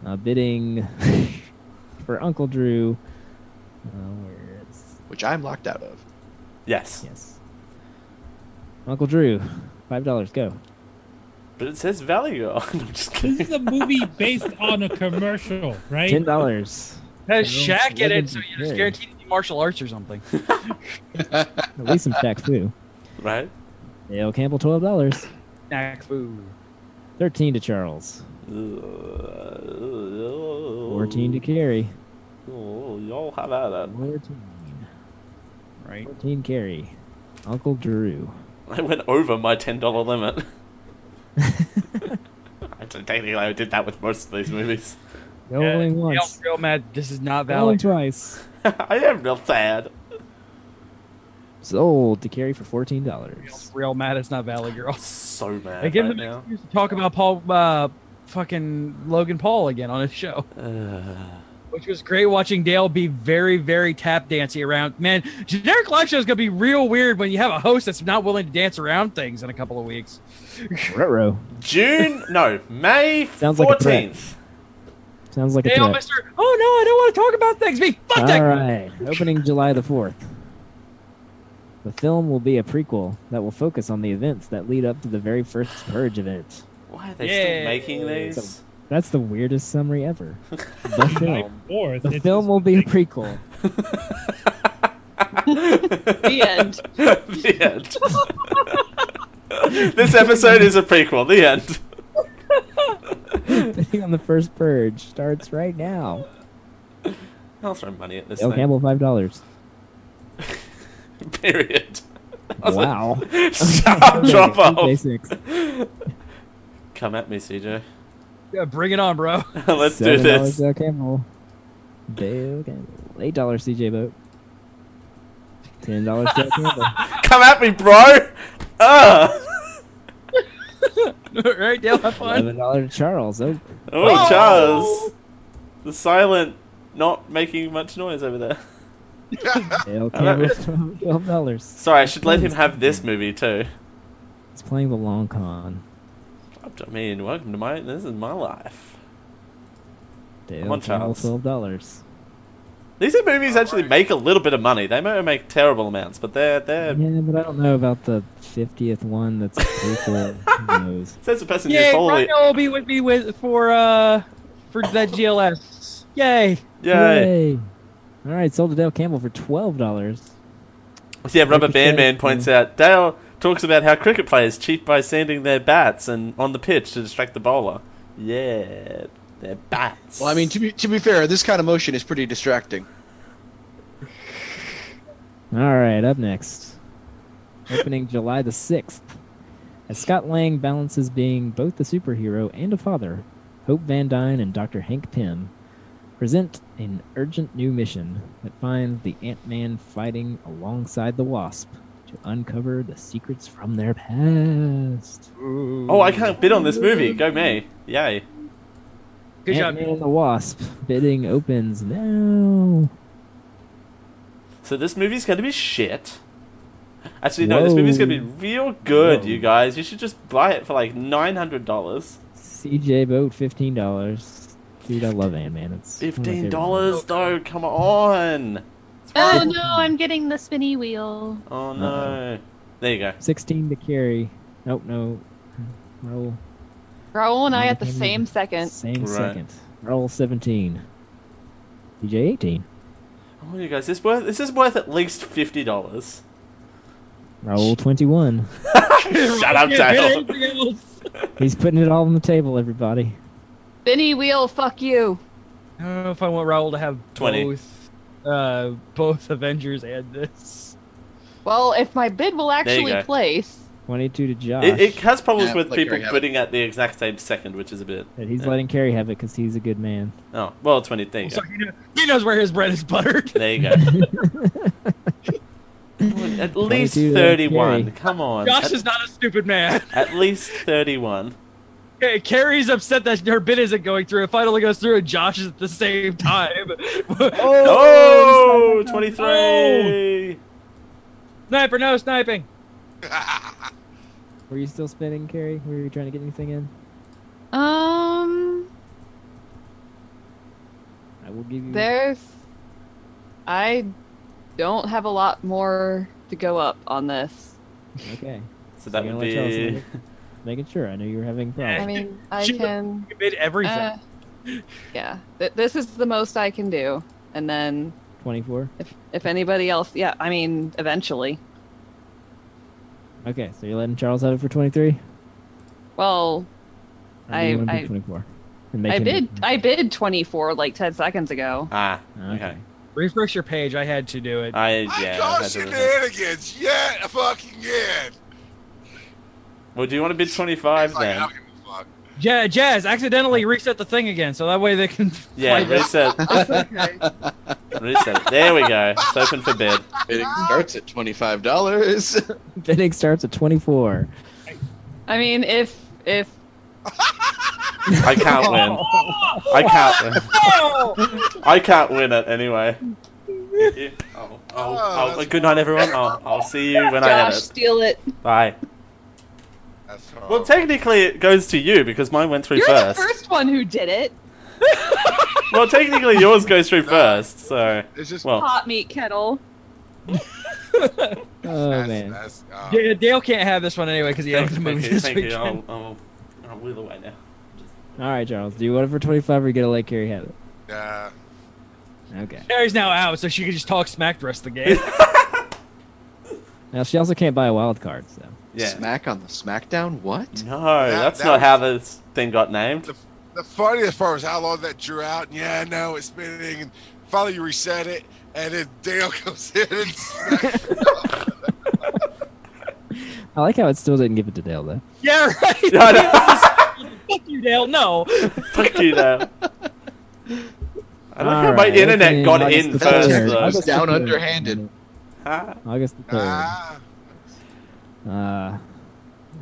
uh, bidding (laughs) for Uncle Drew. Uh, where is which I'm locked out of. Yes. yes? Uncle Drew, five dollars. Go. But it says Valley Girl. (laughs) I'm just This kidding. is a (laughs) movie based on a commercial, right? Ten dollars. Has Everyone's Shaq in living it, so in you're just fear. guaranteed to be martial arts or something. (laughs) At least some Shaq Fu. Right. Dale Campbell, twelve dollars. Snack food. Thirteen to Charles. Fourteen Fourteen to Carrie. Oh, y'all have at it. Fourteen. Right. Fourteen Carrie. Uncle Drew. I went over my ten dollar (laughs) limit. (laughs) Actually, technically, I did that with most of these movies. (laughs) Going Yeah, once. Dale's real mad. This is not Going valid. twice. I am real sad. Sold to Carrie for fourteen Dale's dollars. real mad. It's not (laughs) valid, girl. So mad I give right him an now. excuse to talk about Paul, uh, fucking Logan Paul again on his show, (laughs) Uh, which was great watching Dale be very, very tap dancey around. Man, generic live show is gonna be real weird when you have a host that's not willing to dance around things in a couple of weeks. Rut row. June? No, May Sounds like a threat. fourteenth. Sounds like a Dale, threat. Mister. Oh no, I don't want to talk about things. Me, fuck that. All right. Opening July the fourth. The film will be a prequel that will focus on the events that lead up to the very first Purge event. Why are they Yeah. still making (laughs) these? That's the weirdest (laughs) summary ever. The July film. 4th. The it's film just will be a (laughs) like- prequel. The end. the end. (laughs) this episode is a prequel. The end. Bidding on the first purge starts right now. I'll throw money at this Dale thing. Campbell, five (laughs) dollars. Period. (laughs) Wow. (laughs) Sharp drop off. Basics. Come at me, (laughs) CJ. Yeah, bring it on, bro. (laughs) Let's do Seven dollars, this. Dale Campbell. Dale Campbell. Eight dollar CJ boat. Ten dollars (laughs) Jack Campbell. Come at me, bro. (laughs) Uh. right, Dale, have fun. Eleven dollar Charles. Oh, Oh, Charles. The silent, not making much noise over there. Dale Campbell. Twelve dollars. Sorry, I should let Mm. him have this movie too. It's playing the long con. I mean, welcome to my. This is my life. Dale Come on, Campbell. Charles. Twelve dollars. These are movies actually make a little bit of money. They might make terrible amounts, but they're they're. Yeah, but I don't know about the fiftieth one. That's prequel. Who knows? Says the person Yay, who's holy. Rhino will be with me with for uh for that GLS. Yay! (laughs) Yay. Yay. All right, sold to Dale Campbell for twelve dollars. Yeah, Rubber Band Pathetic, Man Mm. points out Dale talks about how cricket players cheat by sanding their bats and on the pitch to distract the bowler. Yeah, they're bats. Well, I mean, to be to be fair, this kind of motion is pretty distracting. All right, up next. Opening July the 6th. As Scott Lang balances being both a superhero and a father, Hope Van Dyne and Dr. Hank Pym present an urgent new mission that finds the Ant Man fighting alongside the Wasp to uncover the secrets from their past. oh, I can't bid on this movie. Go me! Yay! Good Ant job. Man and the Wasp bidding opens now. So this movie's gonna be shit. Actually, no, this movie's gonna be real good, you guys. You should just buy it for like nine hundred dollars. CJ Boat, $15. Dude, I love Ant Man. It's one of my Fifteen favorite dollars though. Come on. Oh no, I'm getting the spinny wheel. Oh no. There you go. 16 to carry. Nope, no. Roll. Raul and I at the same second. Same Right. second. Roll 17. DJ 18. Oh, you guys, this worth this is worth at least fifty (laughs) dollars. Roll 21. Shut up, Yeah, Dale. get anything else. He's putting it all on the table, everybody. Spinny wheel, fuck you. I don't know if I want Raul to have 20. both uh both Avengers and this. Well, if my bid will actually go. place, 22 to Josh. It, it has problems Yeah, with like people Harry Hab- bidding at the exact same second, which is a bit. But he's letting Carrie have it because he's a good man. Oh, well, 20. There you go. So he, kn- he knows where his bread is buttered. There you go. (laughs) Come on, at least 22 to 31. Carrie. Come on. Josh at, is not a stupid man. (laughs) at least 31. Hey, Carrie's upset that her bid isn't going through. It finally goes through, and Josh is at the same time. (laughs) Oh, 23. Sniper, no sniping. Were you still spinning, Carrie? Were you trying to get anything in? um, I will give you. there's. I don't have a lot more to go up on this. Okay. So that You're would gonna let Charles have be. it? Making sure. I know you were having Yeah. I problems. mean, I Shoot. can. You bid everything. Uh, yeah, Th- this is the most I can do. And then 24. if if anybody else, yeah, I mean, eventually. Okay, so you're letting Charles have it for 23? Well, Or do you I- wanna do I- 24. And make I him- bid I bid 24 like 10 seconds ago. (laughs) Ah, Okay. okay. Refresh your page. I had to do it. I, My yeah. I've God, had to look at- shenanigans! Yeah, fucking yeah. Well, do you want to bid 25 It's like, then? I don't give a fuck. Ja- Jazz accidentally reset the thing again, so that way they can. (laughs) Yeah, play this. (laughs) reset. okay. reset. it. There we go. It's open for bid. It starts at twenty five dollars. (laughs) Bidding starts at 24. I mean, if if I (laughs) can't win. (laughs) I can't win. I can't win (laughs) it anyway. Oh, oh, oh, that's good night, everyone. I'll, I'll see you when I Josh edit. steal it, Bye. That's Well, horrible. technically, it goes to you because mine went through you're first. the first one who did it. Well, technically, yours goes through first, so. It's just Well, Hot meat kettle. Oh, that's, man. That's, uh, Yeah, Dale can't have this one anyway because he thank, edited the thank movie you. this Thank you. I'll, weekend. I'll, I'll wheel away (laughs) now. All right, Charles. Do you want it for 25 or you gonna let Carrie have it? nah. Okay. Carrie's now out, so she can just talk smack the rest of the (laughs) game. Now she also can't buy a wild card, so Yeah. Smack on the SmackDown. What? No, That- that's that not was- how this thing got named. The, the funniest part was how long that drew out. And yeah, no, it's spinning. And finally, you reset it, and then Dale (laughs) comes in. And I like how it still didn't give it to Dale though. yeah, (laughs) (laughs) right. (laughs) No, no. Fuck you, Dale. No. Fuck you, though. I like how my Alright, internet okay, got August in the first, uh, third. though. August the Down third. underhanded. August the Ah, third. Uh,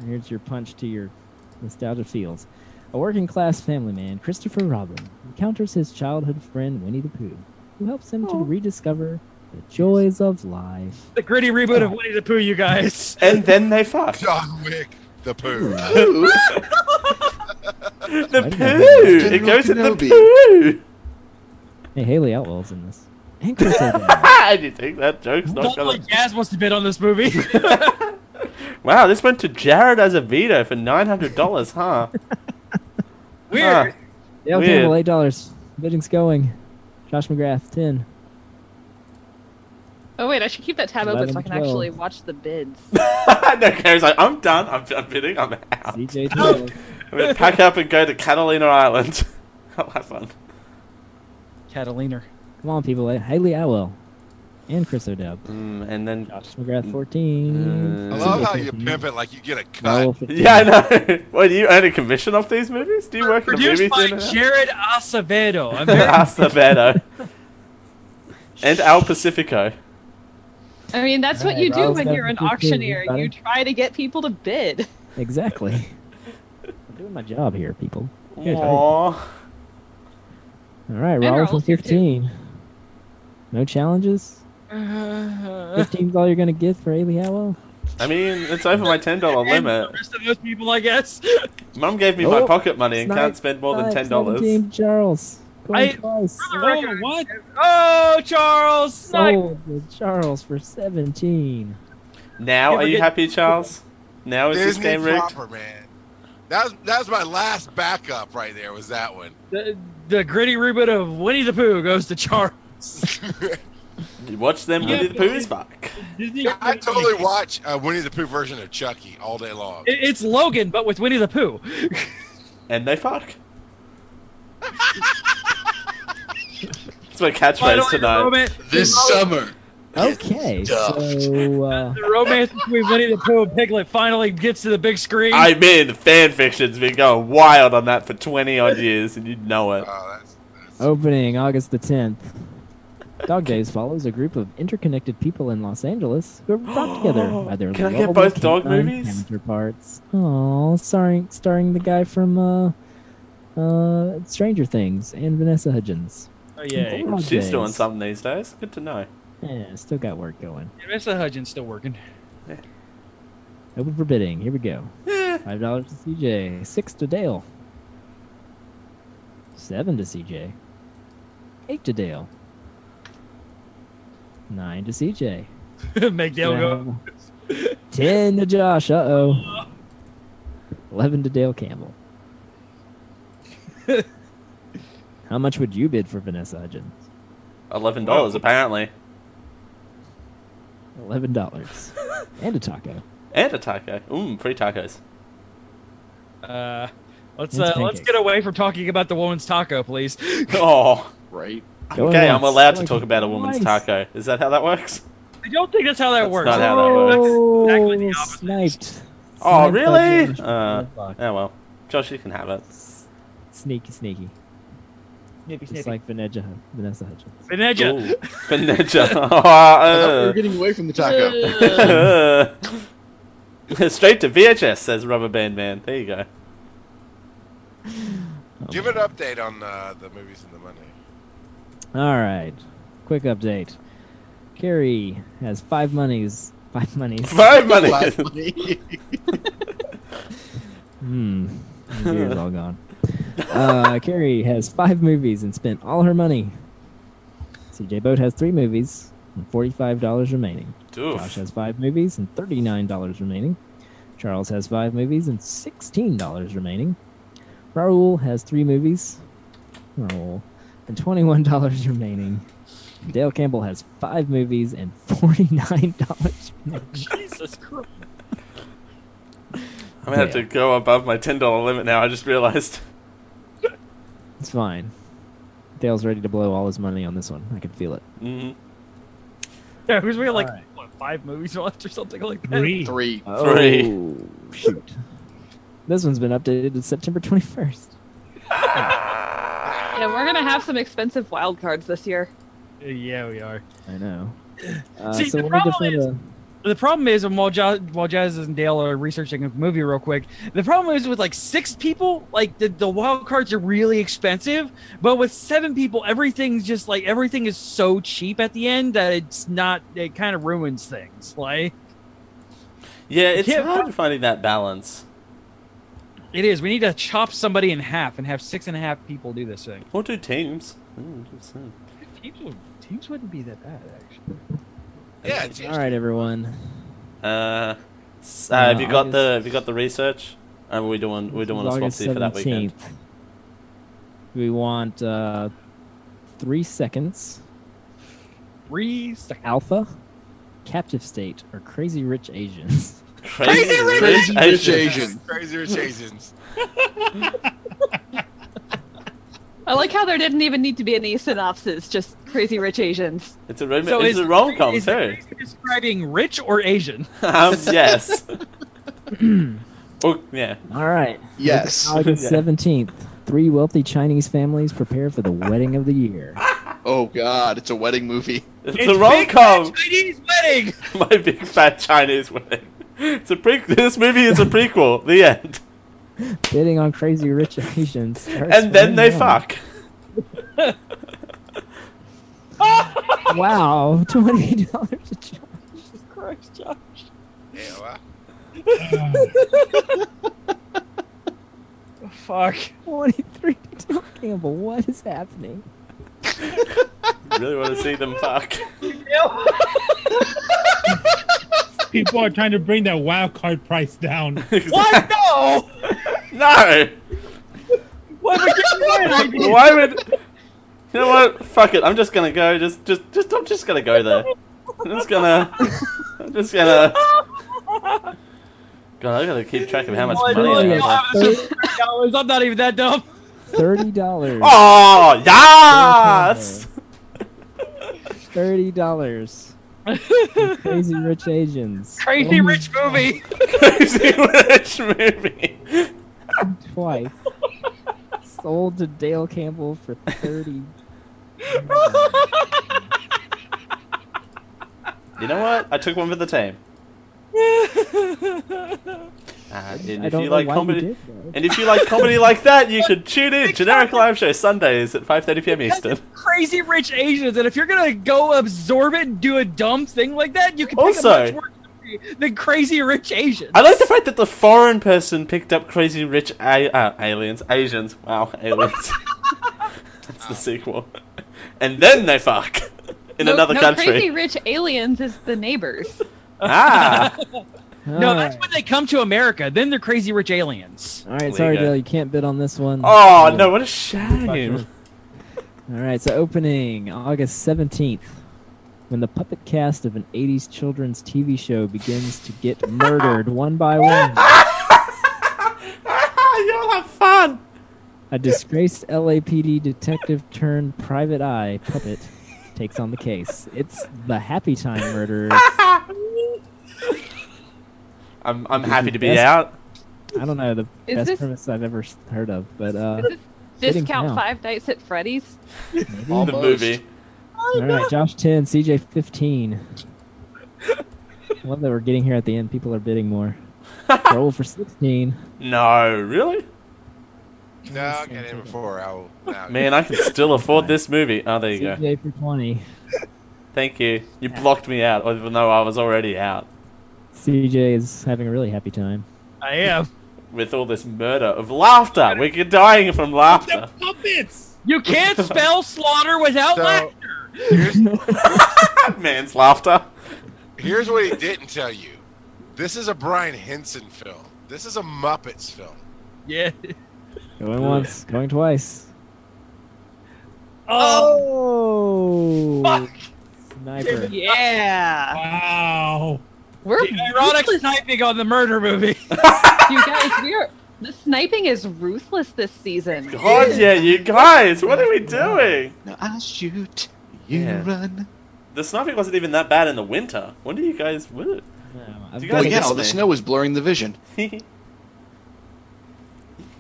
here's your punch to your nostalgia feels. A working class family man, Christopher Robin, encounters his childhood friend Winnie the Pooh, who helps him to rediscover the joys of life. The gritty reboot of Winnie the Pooh, you guys. And then they (laughs) fuck. (laughs) John Wick, the poo. the poo. It goes in the poo. Hey, Haley Outwell's in this. And (laughs) Chris O'Donnell. (laughs) I didn't think that joke's not Oh Don't gonna. like Jazz must have been on this movie. (laughs) (laughs) Wow, this went to Jared Azevedo for nine hundred dollars, huh? (laughs) Weird. Huh. Dale Weird. Campbell, eight dollars. Bidding's going. Josh McGrath, ten. Oh wait, I should keep that tab open so 11, I can 12. actually watch the bids. no, Gary's like, I'm done. I'm, I'm bidding. I'm out. (laughs) CJ I'm gonna pack up and go to Catalina Island. (laughs) I'll have fun. Catalina. Come on, people. Haley Atwell and Chris O'Dowd. Mm, and then Josh McGrath, fourteen. I love how you pimp it like you get a Noel, (laughs) cut. 15. Uh, Yeah, I know. (laughs) What do you earn a commission off these movies? Do you work in a movie Produced by theater? (laughs) Jared Acevedo. I'm very- Acevedo. and Al Pacifico. (laughs) I mean, that's what Alright, you do I'll when start you're an with you too, auctioneer. everybody. You try to get people to bid. (laughs) Exactly. I'm doing my job here, people. Good. All Aww. right, they're Raul for almost here, too. fifteen. No challenges. Uh, Fifteen's all you're gonna get for Haley Atwell. I mean, it's over my ten dollar and the limit. rest of those people, (laughs) I guess. (laughs) Mum gave me my Oh, pocket money and it's can't not- spend more than Five, ten dollars. 17, Charles. Going I- twice. For the Oh, record, what? Oh, Charles! Not- Sold with Charles for seventeen. Now, Never are you get- happy, Charles? Now is this Disney game rigged? proper, man. That was, that was my last backup right there. Was that one? the, the gritty reboot of Winnie the Pooh goes to Charles. Watch them Yeah, Winnie the but- Pooh's back. Disney. Yeah, I totally watch a Winnie the Pooh version of Chucky all day long. It- it's Logan, but with Winnie the Pooh. And they fuck. It's my Finally, catchphrase the tonight. romance- This summer. (laughs) Okay, Stuffed. so uh, The romance between Winnie the Pooh and Piglet finally gets to the big screen. I mean, the fan fiction's been going wild on that for 20 odd years, and you know it. Oh, that's, that's Opening August the 10th. Dog Days follows a group of interconnected people in Los Angeles who are brought together (gasps) by their Can I get lovable both dog canine movies? counterparts. Oh, starring starring the guy from uh, uh, Stranger Things and Vanessa Hudgens. oh, yeah. Ooh, she's Holidays. doing something these days. Good to know. Yeah, still got work going. Vanessa Hudgens still working. (laughs) Open for bidding. Here we go. Five dollars to CJ. Six to Dale. Seven to CJ. Eight to Dale. Nine to CJ. Make Dale go. Wow. (laughs) 10 to Josh. Uh oh. 11 to Dale Campbell. How much would you bid for Vanessa Hudgens? $11, apparently. $11. and a taco. And a taco. Mmm, free tacos. Uh, let's It's uh, let's pancakes. get away from talking about the woman's taco, please. (laughs) they Oh. (laughs) Right. Going okay, I'm once, allowed to going talk about a woman's twice. taco. Is that how that works? don't think that's how that That's works. not how that Oh, Exactly the opposite. sniped. Oh, Sniped by really? Josh. Uh, oh, well. Josh, you can have it. Sneaky, sneaky. Snippy, Just snippy. like Vanessa, Vanessa Hudgens. Vanessa. Ooh, Vanessa. (laughs) Oh, I thought we uh. were getting away from the (laughs) taco. Straight to VHS, says Rubber Band Man. There you go. Oh, Give my an update on uh, the movies and the money. All right. Quick update. Carrie has five monies. Five (laughs) monies. Five money. Last money. Hmm. My beer's all gone. (laughs) Uh, Carrie has five movies and spent all her money. CJ Boat has three movies and forty-five dollars remaining. (laughs) Josh Oof. has five movies and thirty-nine dollars remaining. Charles has five movies and sixteen dollars remaining. Raul has three movies. Raul and twenty-one dollars remaining. Dale Campbell has five movies and forty-nine dollars. (laughs) Jesus Christ. I'm gonna have to go above my ten dollar limit now. I just realized. (laughs) It's fine. Dale's ready to blow all his money on this one. I can feel it. hmm Yeah, because we had like what, five movies (laughs) left or something like that. Three. Three. Three. Oh, shoot. This one's been updated to September 21st. (laughs) Yeah, we're gonna have some expensive wild cards this year. Yeah, we are. I know. Uh, See, so the we need to problem find is- a- The problem is, and while, Jazz, while Jazz and Dale are researching a movie real quick, the problem is with like six people, like the, the wild cards are really expensive. But with seven people, everything's just like everything is so cheap at the end that it's not, it kind of ruins things. Like, Yeah, it's Yeah, hard finding that balance. it is. We need to chop somebody in half and have six and a half people do this thing. Or do teams. Mm, just saying. Teams, would- teams wouldn't be that bad, actually. Yeah, All right, everyone. Uh, s- uh, have you got August- the have you got the research? Uh, we're doing we're doing a swap August see for that weekend. 17th. We want uh, three seconds. Three seconds. Alpha, Captive State, or Crazy Rich Asians. Crazy Rich Crazy Rich Asians. Asians. Crazy Rich Asians. I like how there didn't even need to be any synopsis, just crazy rich Asians. It's a rom- So it's is- a rom com is- too. Describing rich or Asian? (laughs) um, (laughs) yes. oh yeah. (laughs) All right. (laughs) Yes. August seventeenth. Three wealthy Chinese families prepare for the wedding of (laughs) the year. Oh God, it's a wedding movie. It's, It's a rom Big Fat com. Chinese wedding. (laughs) My big fat Chinese wedding. It's a pre. This movie is a prequel. The (laughs) end. Bidding on crazy rich (laughs) Asians. starts And then they right now. fuck. (laughs) Wow, twenty dollars a child. Jesus Christ, Josh. Yeah, (laughs) wow. Uh, Fuck. Twenty-three to Tom Campbell. What is happening? really want to see them (laughs) fuck. People are trying to bring that wild card (laughs) price down. What? No. No. What (laughs) would you do? Why would? You know what? Fuck it. I'm just gonna go. Just, just, just. I'm just gonna go there. I'm just gonna. I'm just gonna. God, I gotta keep track of how much What? money I Look, have. I'm (laughs) just $30. I'm not even that dumb. (laughs) Thirty (laughs) dollars. (laughs) Oh (laughs) yes! Thirty dollars. crazy rich Asians. Crazy Oh. rich movie. (laughs) Crazy rich movie. twice. Sold to Dale Campbell for (laughs) thirty. You know what? I took one for the team. Uh, and I if don't you know like why comedy, you did though. and if you like comedy like that, you should tune in. Generic live show Sundays at 5:30 p.m. Eastern. Crazy rich Asians. And if you're gonna go absorb it and do a dumb thing like that, you can pick Also- a much worse movie than Crazy Rich Asians. I like the fact that the foreign person picked up crazy rich a- uh, aliens, Asians. Wow, aliens. (laughs) That's the sequel. And then they fuck in No- another no, country. Crazy rich aliens is (laughs) the neighbors. Ah, (laughs) No, that's when they come to America. Then they're crazy rich aliens. All right, you sorry, go. Dale. You can't bid on this one. oh no, what a shame. (laughs) All right, so opening August 17th, when the puppet cast of an 80s children's TV show begins to get (laughs) murdered one by one, Y'all have fun. (laughs) a disgraced LAPD detective turned private eye puppet takes on the case. It's the Happy Time Murderers. I I'm I'm happy to be Yes. out. don't know the (laughs) Is best this- premise I've ever s- heard of, but uh, Is Getting Discount down. Five Nights at Freddy's. The movie. all right, Josh 10, CJ 15. I love that we're getting here at the end. People are bidding (laughs) more. Roll for 16. No, really? No, I got in before Owl. Now, Man, I can still (laughs) afford this movie. Oh, there you go. CJ for 20. Thank you. You blocked me out, even though I was already out CJ is having a really happy time. I am. with all this murder of laughter. We're dying from (laughs) laughter. Puppets! You (laughs) can't spell slaughter without So- Oh, laughter. (laughs) here's, Man's laughter. here's what he didn't tell you. This is a Brian Henson film. This is a Muppets film. Yeah. Going once, going twice. Oh, Oh, fuck. sniper! Yeah, Wow. we're Ironic ruthless. sniping on the murder movie. you guys. We are the sniping is ruthless this season. God, yeah, you guys, what are we doing? Now I shoot, you Yeah. run. The sniping wasn't even that bad in the winter. When do you guys win (laughs) No, I've Do you got Well, guys yeah, miss all the me? snow is blurring the vision. it?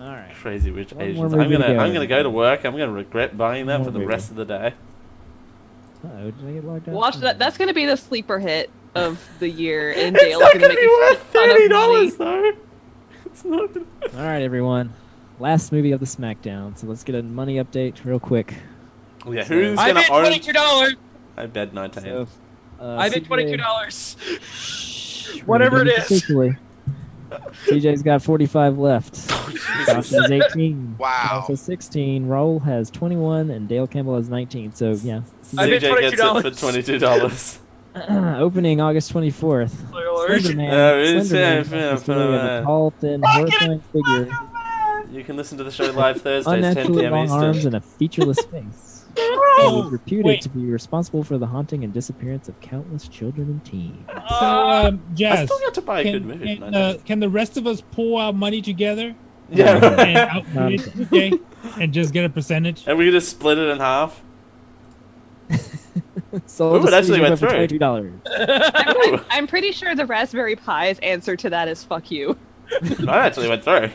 All right. Crazy rich One more Asians. I'm movie to gonna go. I'm gonna go to work. I'm gonna regret buying that One for the movie. rest of the day. Oh, did I get locked out? Watch that. That's going to be the sleeper hit of the year, (laughs) and It's Dale's not going to gonna make be a worth shit ton of thirty money. dollars though. (laughs) It's not. Gonna... All right, everyone. Last movie of the SmackDown. So let's get a money update real quick. Yeah, So- who's I gonna bet own? twenty two dollars. I bet nineteen. So, uh, I bet CJ twenty two dollars. we're Whatever it doing is. equally. CJ's got 45 left. (laughs) Oh, Josh is 18. Wow. Josh is 16. Raul has 21, and Dale Campbell has 19. So, yeah. (clears throat) I bet CJ gets it for $22. twenty two dollars. Opening August 24th. Spoiler alert. Oh, Slenderman. it's- Slenderman yeah, is yeah, the story of yeah. a tall, thin, horrifying figure, you can listen to the show (laughs) live Thursdays, ten unnaturally p.m. long arms, Eastern. and a featureless (laughs) face. He was reputed Wait. to be responsible for the haunting and disappearance of countless children and teens. So, Uh, um, Uh, I Jazz, still got to buy a good can, movie. for can, uh, can the rest of us pull our money together (laughs) Yeah. and right. Um, outbid (laughs) okay, and just get a percentage? and we just split it in half. So Ooh, it actually went for through. twenty-two dollars. (laughs) I'm, I'm pretty sure the Raspberry Pi's answer to that is fuck you. I actually went through.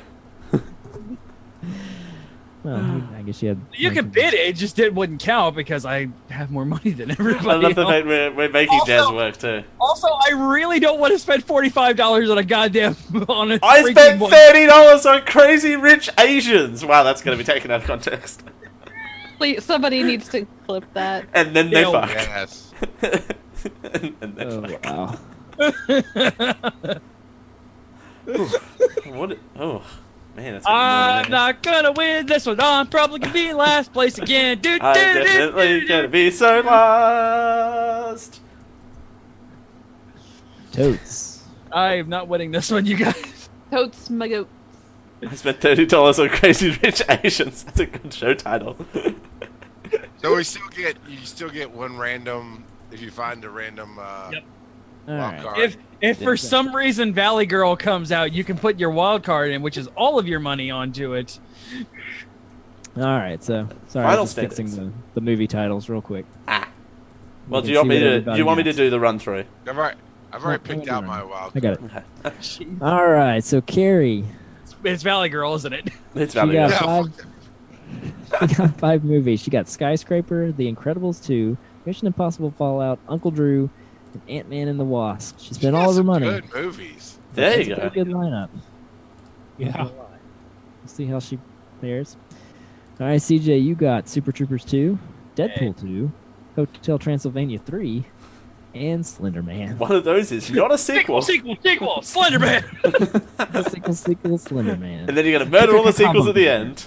Well, you- I guess (sighs) you had. You could bid it, it just it wouldn't count because I have more money (laughs) than I everybody. love the else. fact we're, we're making Also- Jazz work too. Also, I really don't want to spend forty five dollars on a goddamn (laughs) on a I freaking spent one- thirty dollars on Crazy Rich Asians. Wow, that's going to be taken out of context. Please, somebody needs to clip that. And then they Ew. fuck. Yes. (laughs) and, and they Oh, fuck. (laughs) wow. (laughs) What? Oh, man, that's. I'm not gonna win this one. I'm probably gonna be in last place again. (laughs) Dude, I'm definitely gonna be so lost. Totes. I am not winning this one, you guys. Totes my goats. I spent thirty dollars on Crazy Rich Asians. That's a good show title. So we still get you still get one random if you find a random uh, Yep. All wild right. card. If if for some reason Valley Girl comes out, you can put your wild card in, which is all of your money onto it. All right. So sorry, Final I'm just fixing the, standings. the movie titles real quick. Ah. We Well, can do you want see me what to? Do everybody you want me to else- do the run through? I've already, I've already No, picked no, no, out no. my wild I got it. Okay. (laughs) Oh, All right. So Carrie, It's Valley Girl, isn't it? It's she valuable. got Yeah, five. fuck (laughs) that. she got five movies. She got Skyscraper, The Incredibles two, Mission Impossible Fallout, Uncle Drew, and Ant Man and the Wasp. She spent She all has of her some money. Good movies. There That's you a go. pretty good lineup. Yeah. We'll see how she fares. All right, CJ, you got Super Troopers 2, Deadpool 2, Hotel Transylvania 3, and Slender Man. One of those is (laughs) not a sequel. (laughs) Sequel, sequel, (laughs) Slenderman. sequel, sequel, Slender Man. And then you're gonna murder all the sequels at the end.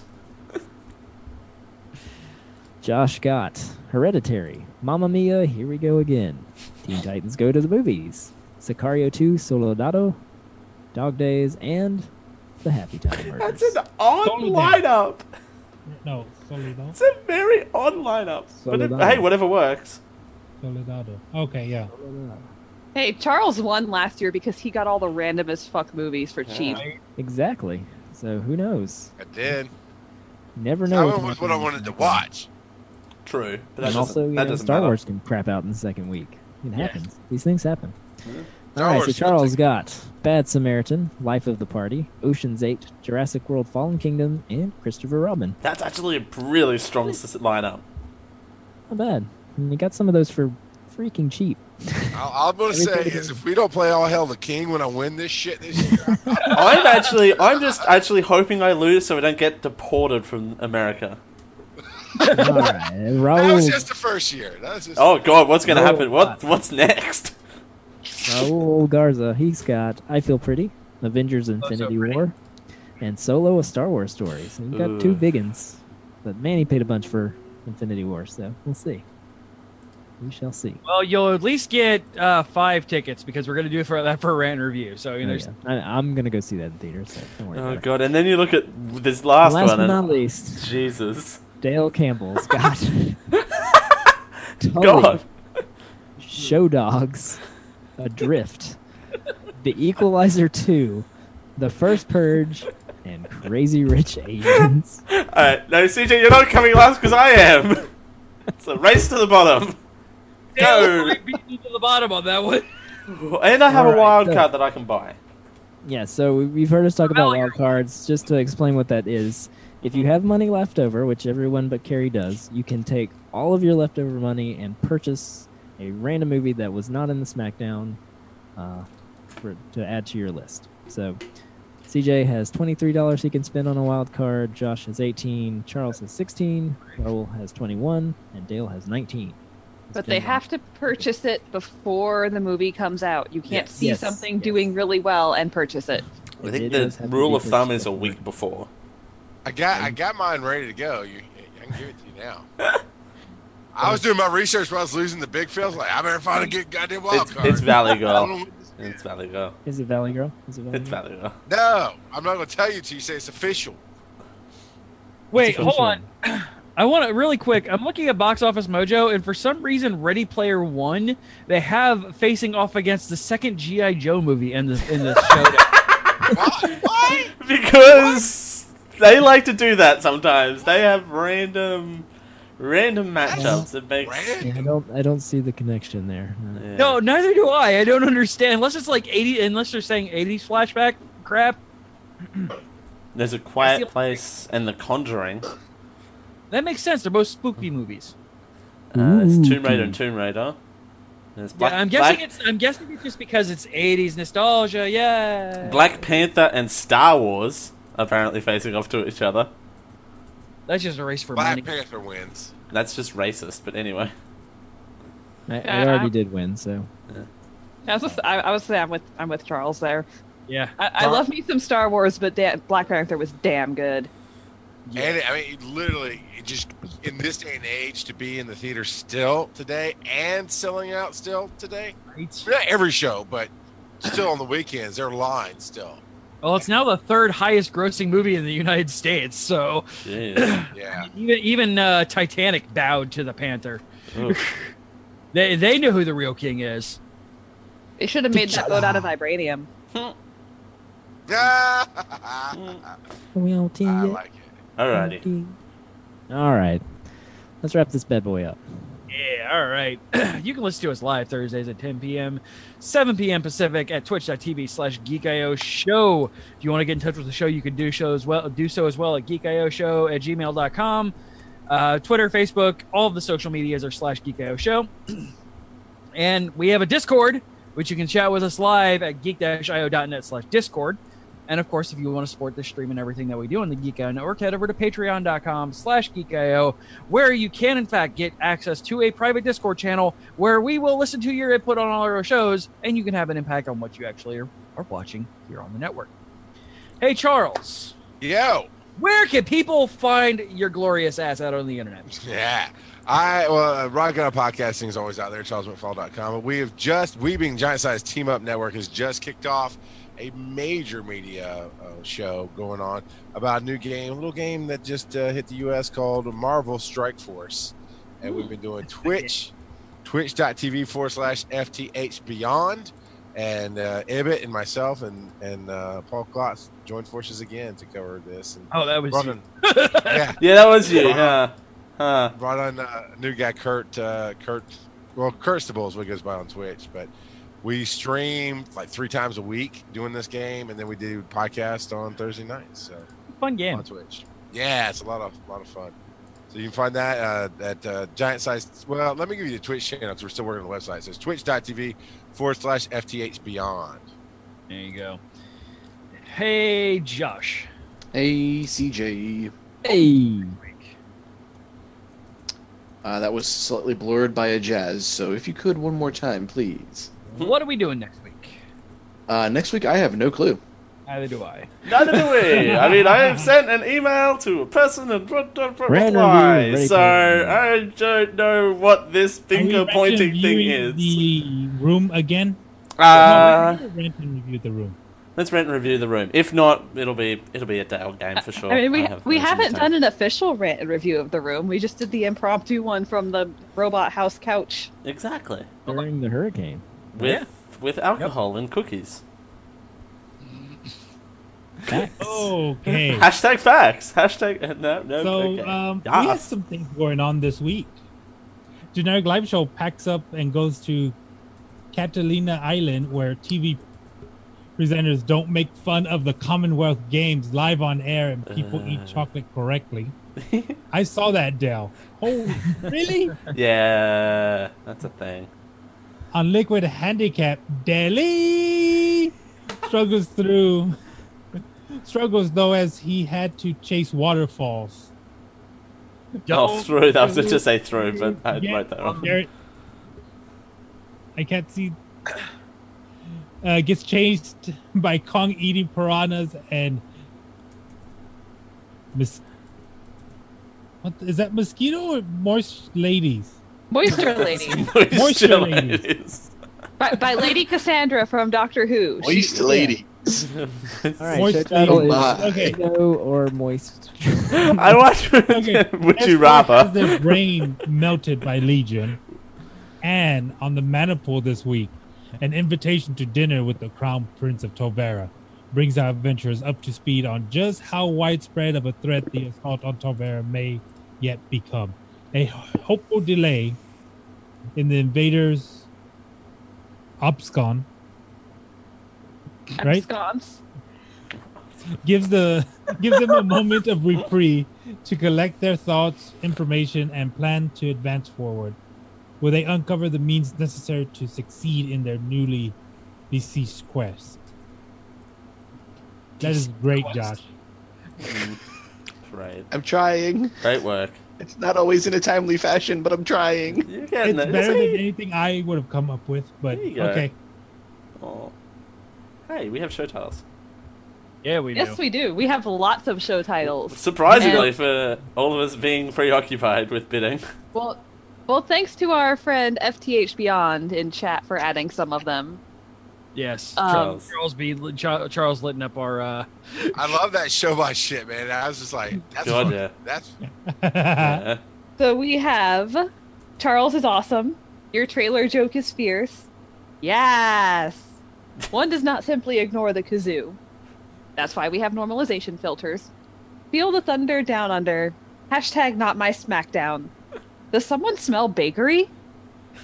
Josh got Hereditary, Mamma Mia, Here We Go Again, Teen Titans Go to the Movies, Sicario 2, Soldado, Dog Days, and The Happy Time (laughs) Murders. That's an odd Totally dead. lineup. No, Soledad. It's a very odd lineup. But it, Solidarity. hey, whatever works. Soledado. Okay, yeah. Hey, Charles won last year because he got all the random as fuck movies for cheap. Exactly. So who knows? I did. Never That know. one was what I wanted to watch. True. But that And doesn't, also, you that know, doesn't Star matter. Wars can crap out in the second week. It Yeah. happens. These things happen. Star All right, so Wars Charles got Bad Samaritan, Life of the Party, Ocean's Eight, Jurassic World: Fallen Kingdom, and Christopher Robin. That's actually a really strong s- lineup. Not bad. And you got some of those for freaking (laughs) cheap. All, I'm gonna say is if we don't play All Hell the King when I win this shit this year, (laughs) I'm actually, I'm just actually hoping I lose so I don't get deported from America. All right, that was Raul, just the first year. That was just Oh God, what's gonna No, happen? What, what's next? Raul Garza. He's got I Feel Pretty, Avengers: Infinity Pretty. War, and Solo: A Star Wars Story. So you got two Ooh. biggins, but Manny paid a bunch for Infinity War, so we'll see. We shall see. Well, you'll at least get uh, five tickets because we're gonna do for that for rant review. So you know, Oh, there's yeah. I, I'm gonna go see that in theaters. So don't worry Oh about it. God! And then you look at this last, Last one. but and- not least, Jesus, (laughs) Dale Campbell's got Tully, God! Show Dogs, Adrift, The Equalizer 2, The First Purge, and Crazy Rich Asians. All right, no, CJ, you're not coming last because I am. It's a race to the bottom, Dale Go. might beat me to the bottom on that one. and I have All a right, wild so- card that I can buy. Yeah, so we- we've heard us talk about wild cards. Just to explain what that is, if you have money left over, which everyone but Carrie does, you can take all of your leftover money and purchase a random movie that was not in the SmackDown uh, for, to add to your list. So CJ has twenty-three dollars he can spend on a wild card. Josh has eighteen. Charles has sixteen. Raoul has twenty-one, and Dale has nineteen. But they have to purchase it before the movie comes out. You can't Yes. see Yes. something doing really well and purchase it. I think It does the have to rule be of thumb is a week before. I got I got mine ready to go. You, I can give it to (laughs) you now. I was doing my research while I was losing the big fills. Like I better find a good goddamn wild It's, card. it's Valley I don't know (laughs) Girl. what this- It's Valley Girl. Is it Valley Girl? Is it Valley It's Valley Girl. no, I'm not gonna tell you till you say it's official. (laughs) Wait, hold official. on. I want to really quick. I'm looking at Box Office Mojo, and for some reason, Ready Player One they have facing off against the second GI Joe movie in the in the (laughs) showdown. Because they like to do that sometimes. They have random, random matchups that make. Yeah, I don't. I don't see the connection there. No, neither do I. I don't understand. Unless it's like 80, unless they're saying 80s flashback crap, There's a Quiet Place and The Conjuring. that makes sense. They're both spooky movies. Uh, there's Ooh. Tomb Raider and Tomb Raider. There's Black, yeah, I'm guessing Black, it's I'm guessing it's just because it's 80s nostalgia. Yeah. Black Panther and Star Wars apparently facing off to each other. That's just a race for Black money. Panther wins. That's just racist, but anyway. (laughs) I, I Yeah, already I'm- did win, so I was, I, I was saying I'm with I'm with Charles there. Yeah. I, I love me some Star Wars, but da- Black Panther was damn good. And it, I mean, it literally, it just in this day and age to be in the theater still today and selling out still today. Not every show, but still on the weekends, they're lying still. Well, it's now the third highest grossing movie in the United States. So yeah. (laughs) even even uh, Titanic bowed to the Panther. Ooh. (laughs) they they know who the real king is. They should have made that boat out of vibranium. we all team I like it. Alrighty. All right, let's wrap this bad boy up. Yeah, all right. (clears throat) you can listen to us live Thursdays at 10 p.m., 7 p.m. Pacific at twitch.tv slash geekio show. If you want to get in touch with the show, you can do show as well do so as well at geekio show at gmail.com. Uh, Twitter, Facebook, all of the social medias are slash geekio show. (clears throat) and we have a Discord, which you can chat with us live at geek-io.net slash discord. And of course, if you want to support this stream and everything that we do on the Geek IO Network, head over to patreon.com slash geekio, where you can, in fact, get access to a private Discord channel where we will listen to your input on all our shows and you can have an impact on what you actually are, are watching here on the network. Hey, Charles. Yo. Where can people find your glorious ass out on the internet? Yeah. I well, uh, Rock Out Podcasting is always out there. CharlesMcFall.com. But we have just we being Giant Size Team Up Network has just kicked off a major media uh, show going on about a new game, a little game that just uh, hit the U.S. called Marvel Strike Force, and we've been doing Twitch, Twitch.tv forward slash FTH Beyond, and uh, Ibbit and myself and and uh, Paul Klotz joined forces again to cover this. And Oh, that was brought you. (laughs) in- yeah, Yeah, that was you. Brought on- Yeah. Huh. brought on uh, a new guy, Kurt. Uh, Kurt, well, Kirstable is what goes by on Twitch, but we stream like three times a week doing this game, and then we do podcast on Thursday nights. So Fun game. on Twitch. Yeah, it's a lot of lot of fun. So you can find that uh, at uh, Giant Size. Well, let me give you the Twitch channel. 'cause We're still working on the website. So it's twitch.tv forward slash FTH Beyond. There you go. Hey, Josh. Hey, CJ. Hey. Uh, that was slightly blurred by a jazz, so if you could one more time, please. What are we doing next week? Uh, next week, I have no clue. Neither do I. Neither do we. I mean, I have sent an email to a person and blah, blah, blah, blah, Random blah. view, so I don't know what this Can finger we rent pointing and thing view is. The room again. Uh, No, we rent and review the room. Let's rent and review the room. If not, it'll be it'll be a Dale game for sure. I mean, we I have we no haven't time. done an official rant and review of the room. We just did the impromptu one from the robot house couch. exactly during the hurricane. with with alcohol and cookies. (laughs) Oh, (laughs) Okay. Hashtag facts. Hashtag no no. Ah. so okay. um, we have Yes. some things going on this week. Generic Live Show packs up and goes to Catalina Island, where TV presenters don't make fun of the Commonwealth Games live on air and people Uh. eat chocolate (laughs) correctly. I saw that, Dale. Oh, really? Yeah, that's a thing. on Liquid Handicap, Delhi struggles through struggles though as he had to chase waterfalls. Oh, through. I was going to say through, but I would write that wrong. (laughs) Garrett, I can't see. Uh, gets chased by Kong eating piranhas and mis- what is that mosquito or moist ladies? (laughs) Moisture ladies. (laughs) Moisture moisture ladies. by, by Lady Cassandra from Doctor Who. She- Waste Oh, lady. All right, Moist so that'll ladies. is Okay. no or moist. (laughs) I (laughs) watch. Would you rather? Has their brain melted by Legion, and on the maniple this week, an invitation to dinner with the Crown Prince of Tovera brings our adventurers up to speed on just how widespread of a threat the assault on Tovera may yet become. A hopeful delay in the invaders' abscon I'm Right? sconce. gives the (laughs) gives them a moment of reprieve to collect their thoughts, information, and plan to advance forward, where they uncover the means necessary to succeed in their newly besieged quest. That is great, Josh. (laughs) Right. I'm trying. Great work. It's not always in a timely fashion, but I'm trying. You're It's getting there. better than anything I would have come up with, but There you go. okay. (laughs) Oh. Hey, we have show titles. Yeah, we Yes, we do. We have lots of show titles. Surprisingly, And- for all of us being preoccupied with bidding. well, well, thanks to our friend FTH Beyond in chat for adding some of them. Yes, Um, Charles, Charles be Ch- Charles litting up our. Uh, I love that show by shit, man. I was just like, that's God, fucking- yeah. that's Uh-huh. Yeah. So we have Charles is awesome. Your trailer joke is fierce. Yes. One does not simply ignore the kazoo. That's why we have normalization filters. Feel the thunder down under. Hashtag not my smackdown. Does someone smell bakery?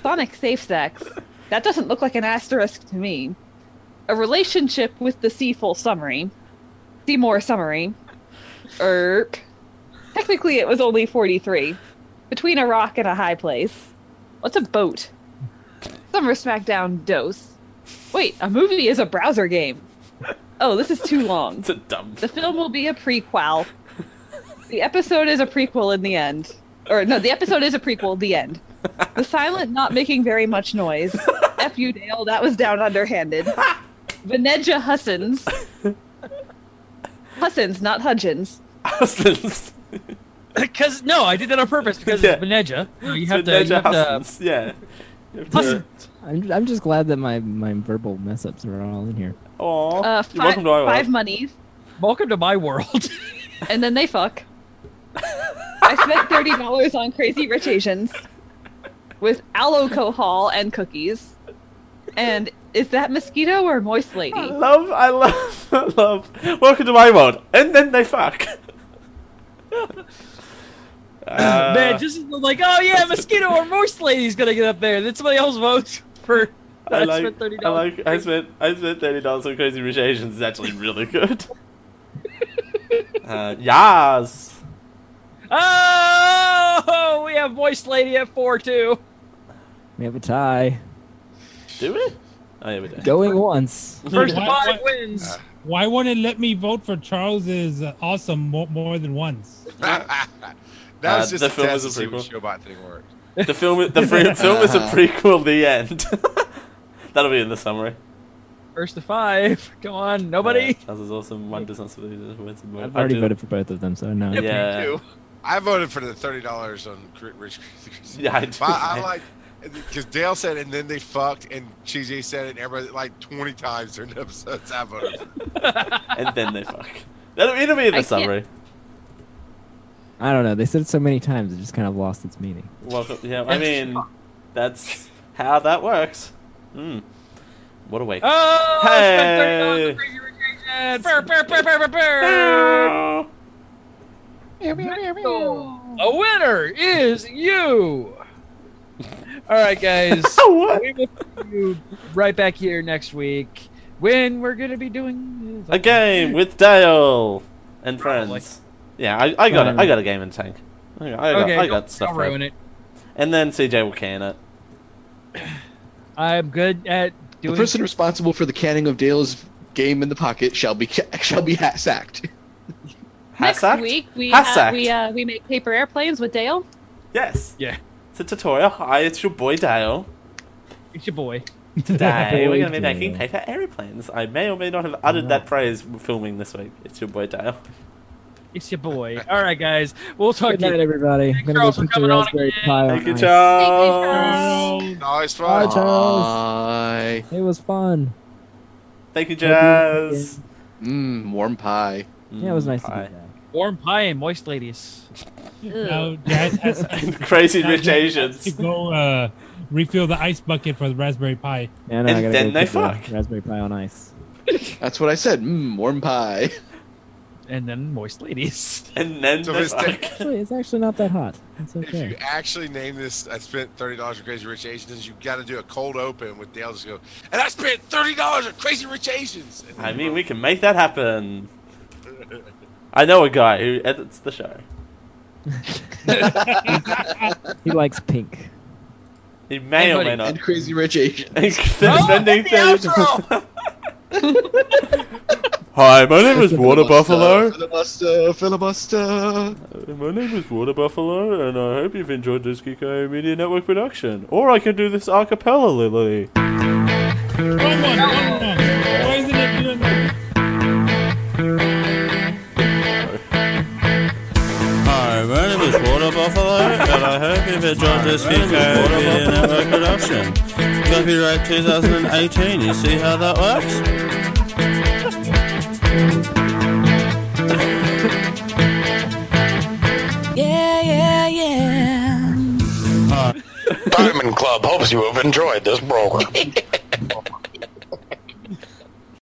Sonic safe sex. That doesn't look like an asterisk to me. A relationship with the seafull summary. See more summary. Erp. Technically, it was only 43. Between a rock and a high place. What's a boat? Summer SmackDown dose. Wait, a movie is a browser game. Oh, this is too long. It's a dumb. (laughs) The film will be a prequel. The episode is a prequel in the end. Or, no, the episode is a prequel, the end. The silent not making very much noise. F you, Dale, that was down underhanded. Veneja Hussins. Hussins, not Hudgens. Hustles. Because no, I did that on purpose because Yeah. it's Beneja. You, know, you have So to. You Ninja have to Hustles, Yeah. You have to- Hustles. I'm, I'm just glad that my, my verbal mess ups are all in here. Aw. Uh, You're welcome five, to our world. five monies. welcome to my world. and then they fuck. I spent thirty dollars on Crazy Rich Asians with alcohol and cookies. And is that mosquito or moist I lady? love, I love, (laughs) I love. Welcome to my world. And then they (laughs) fuck. (laughs) Uh, (laughs) Man, just like oh yeah, mosquito or moist lady's gonna get up there. Then somebody else votes for. (laughs) I I like, spent thirty I dollars. like, I spent, I spent thirty dollars on Crazy Rich Asians. It's actually really (laughs) good. uh, yas. Oh, we have moist lady at four too. We have a tie. Do we? Oh yeah, we do. Going once. First Why- why- five wins. Why wouldn't it let me vote for Charles's uh, awesome more, more than once? (laughs) Uh, that was just the a film test is a to see what prequel. showbot thing worked. The film, the free, film (laughs) is a prequel. The end. (laughs) That'll be in the summary. First to five. (laughs) Come on, nobody. Uh, that was awesome. One does not see the words in I've I already do- voted for both of them, so no. Yeah. Me too. I voted for the thirty dollars on Cr- Rich. Yeah, I did. But I, I like because Dale said, and then they fucked, and Cheesy said it. and Everybody like twenty times during the episodes. I voted. For. And then they fuck. That'll, it'll be in the I can't- summary. I don't know. They said it so many times, it just kind of lost its meaning. (laughs) Welcome. Yeah, I mean, that's how that works. Mm. What a way. (laughs) Oh, spent thirty dollars Hey. on crazy rich Asians. Brr, brr, brr, brr, brr, brr. No. A winner is you. All right, guys. Oh, What? we will see you right back here next week when we're gonna be doing A game with Dale and friends. Yeah, I, I got it. I got a game in tank. I got, I got, Um, Okay, I don't- got stuff. don't ruin ready. it. And then CJ will can it. I'm good at The doing. person responsible for the canning of Dale's game in the pocket shall be shall be ha- sacked. (laughs) Next Hassacked? week we Hassacked. have, we uh, we make paper airplanes with Dale. Yes. Yeah. It's a tutorial. Hi, it's your boy (laughs) Dale. It's your boy. Today we're Boy going to be making Dale. Oh. paper airplanes. I may or may not have uttered that phrase filming this week. It's your boy Dale. It's your boy. All right, guys. We'll talk Good to night, you. everybody. I'm gonna go Charles, for put the coming on raspberry Oh, pie on Thank you, ice. Oh, Charles. Always Bye, fun. Charles. It was fun. Thank you, Jazz. Mmm, warm pie. Yeah, it Mm, was nice to be back. Warm pie and moist ladies. Now Jazz has (laughs) Crazy now rich Jazz Asians. has to go uh, refill the ice bucket for the raspberry pie. Yeah, now I And gotta then go they put the Raspberry pie on ice. That's what I said. Mmm, (laughs) warm pie. And then moist ladies. (laughs) And then So the this fuck. Actually, it's actually not that hot. (laughs) It's If you okay. actually name this, I spent thirty dollars on Crazy Rich Asians. You got to do a cold open with Dale. Just go, and I spent thirty dollars on Crazy Rich Asians. And I mean, we can make that happen. I know a guy who edits the show. He likes pink. He may or may buddy, not. (laughs) And crazy rich Asian. He's Oh, spending that's the thirty- outro! (laughs) Hi, my name is Water Filibuster, Buffalo. Filibuster, filibuster. Uh, My name is Water Buffalo, and I hope you've enjoyed this Geeko Media Network production. Or I can do this a cappella, Lily. Come on, come on. Why isn't it doing that? Hi, my name is Water Buffalo, and I hope you've enjoyed this Geeko Media Network production. Copyright 2018, you see how that works? Yeah, yeah, yeah. Diamond Club hopes you have enjoyed this program.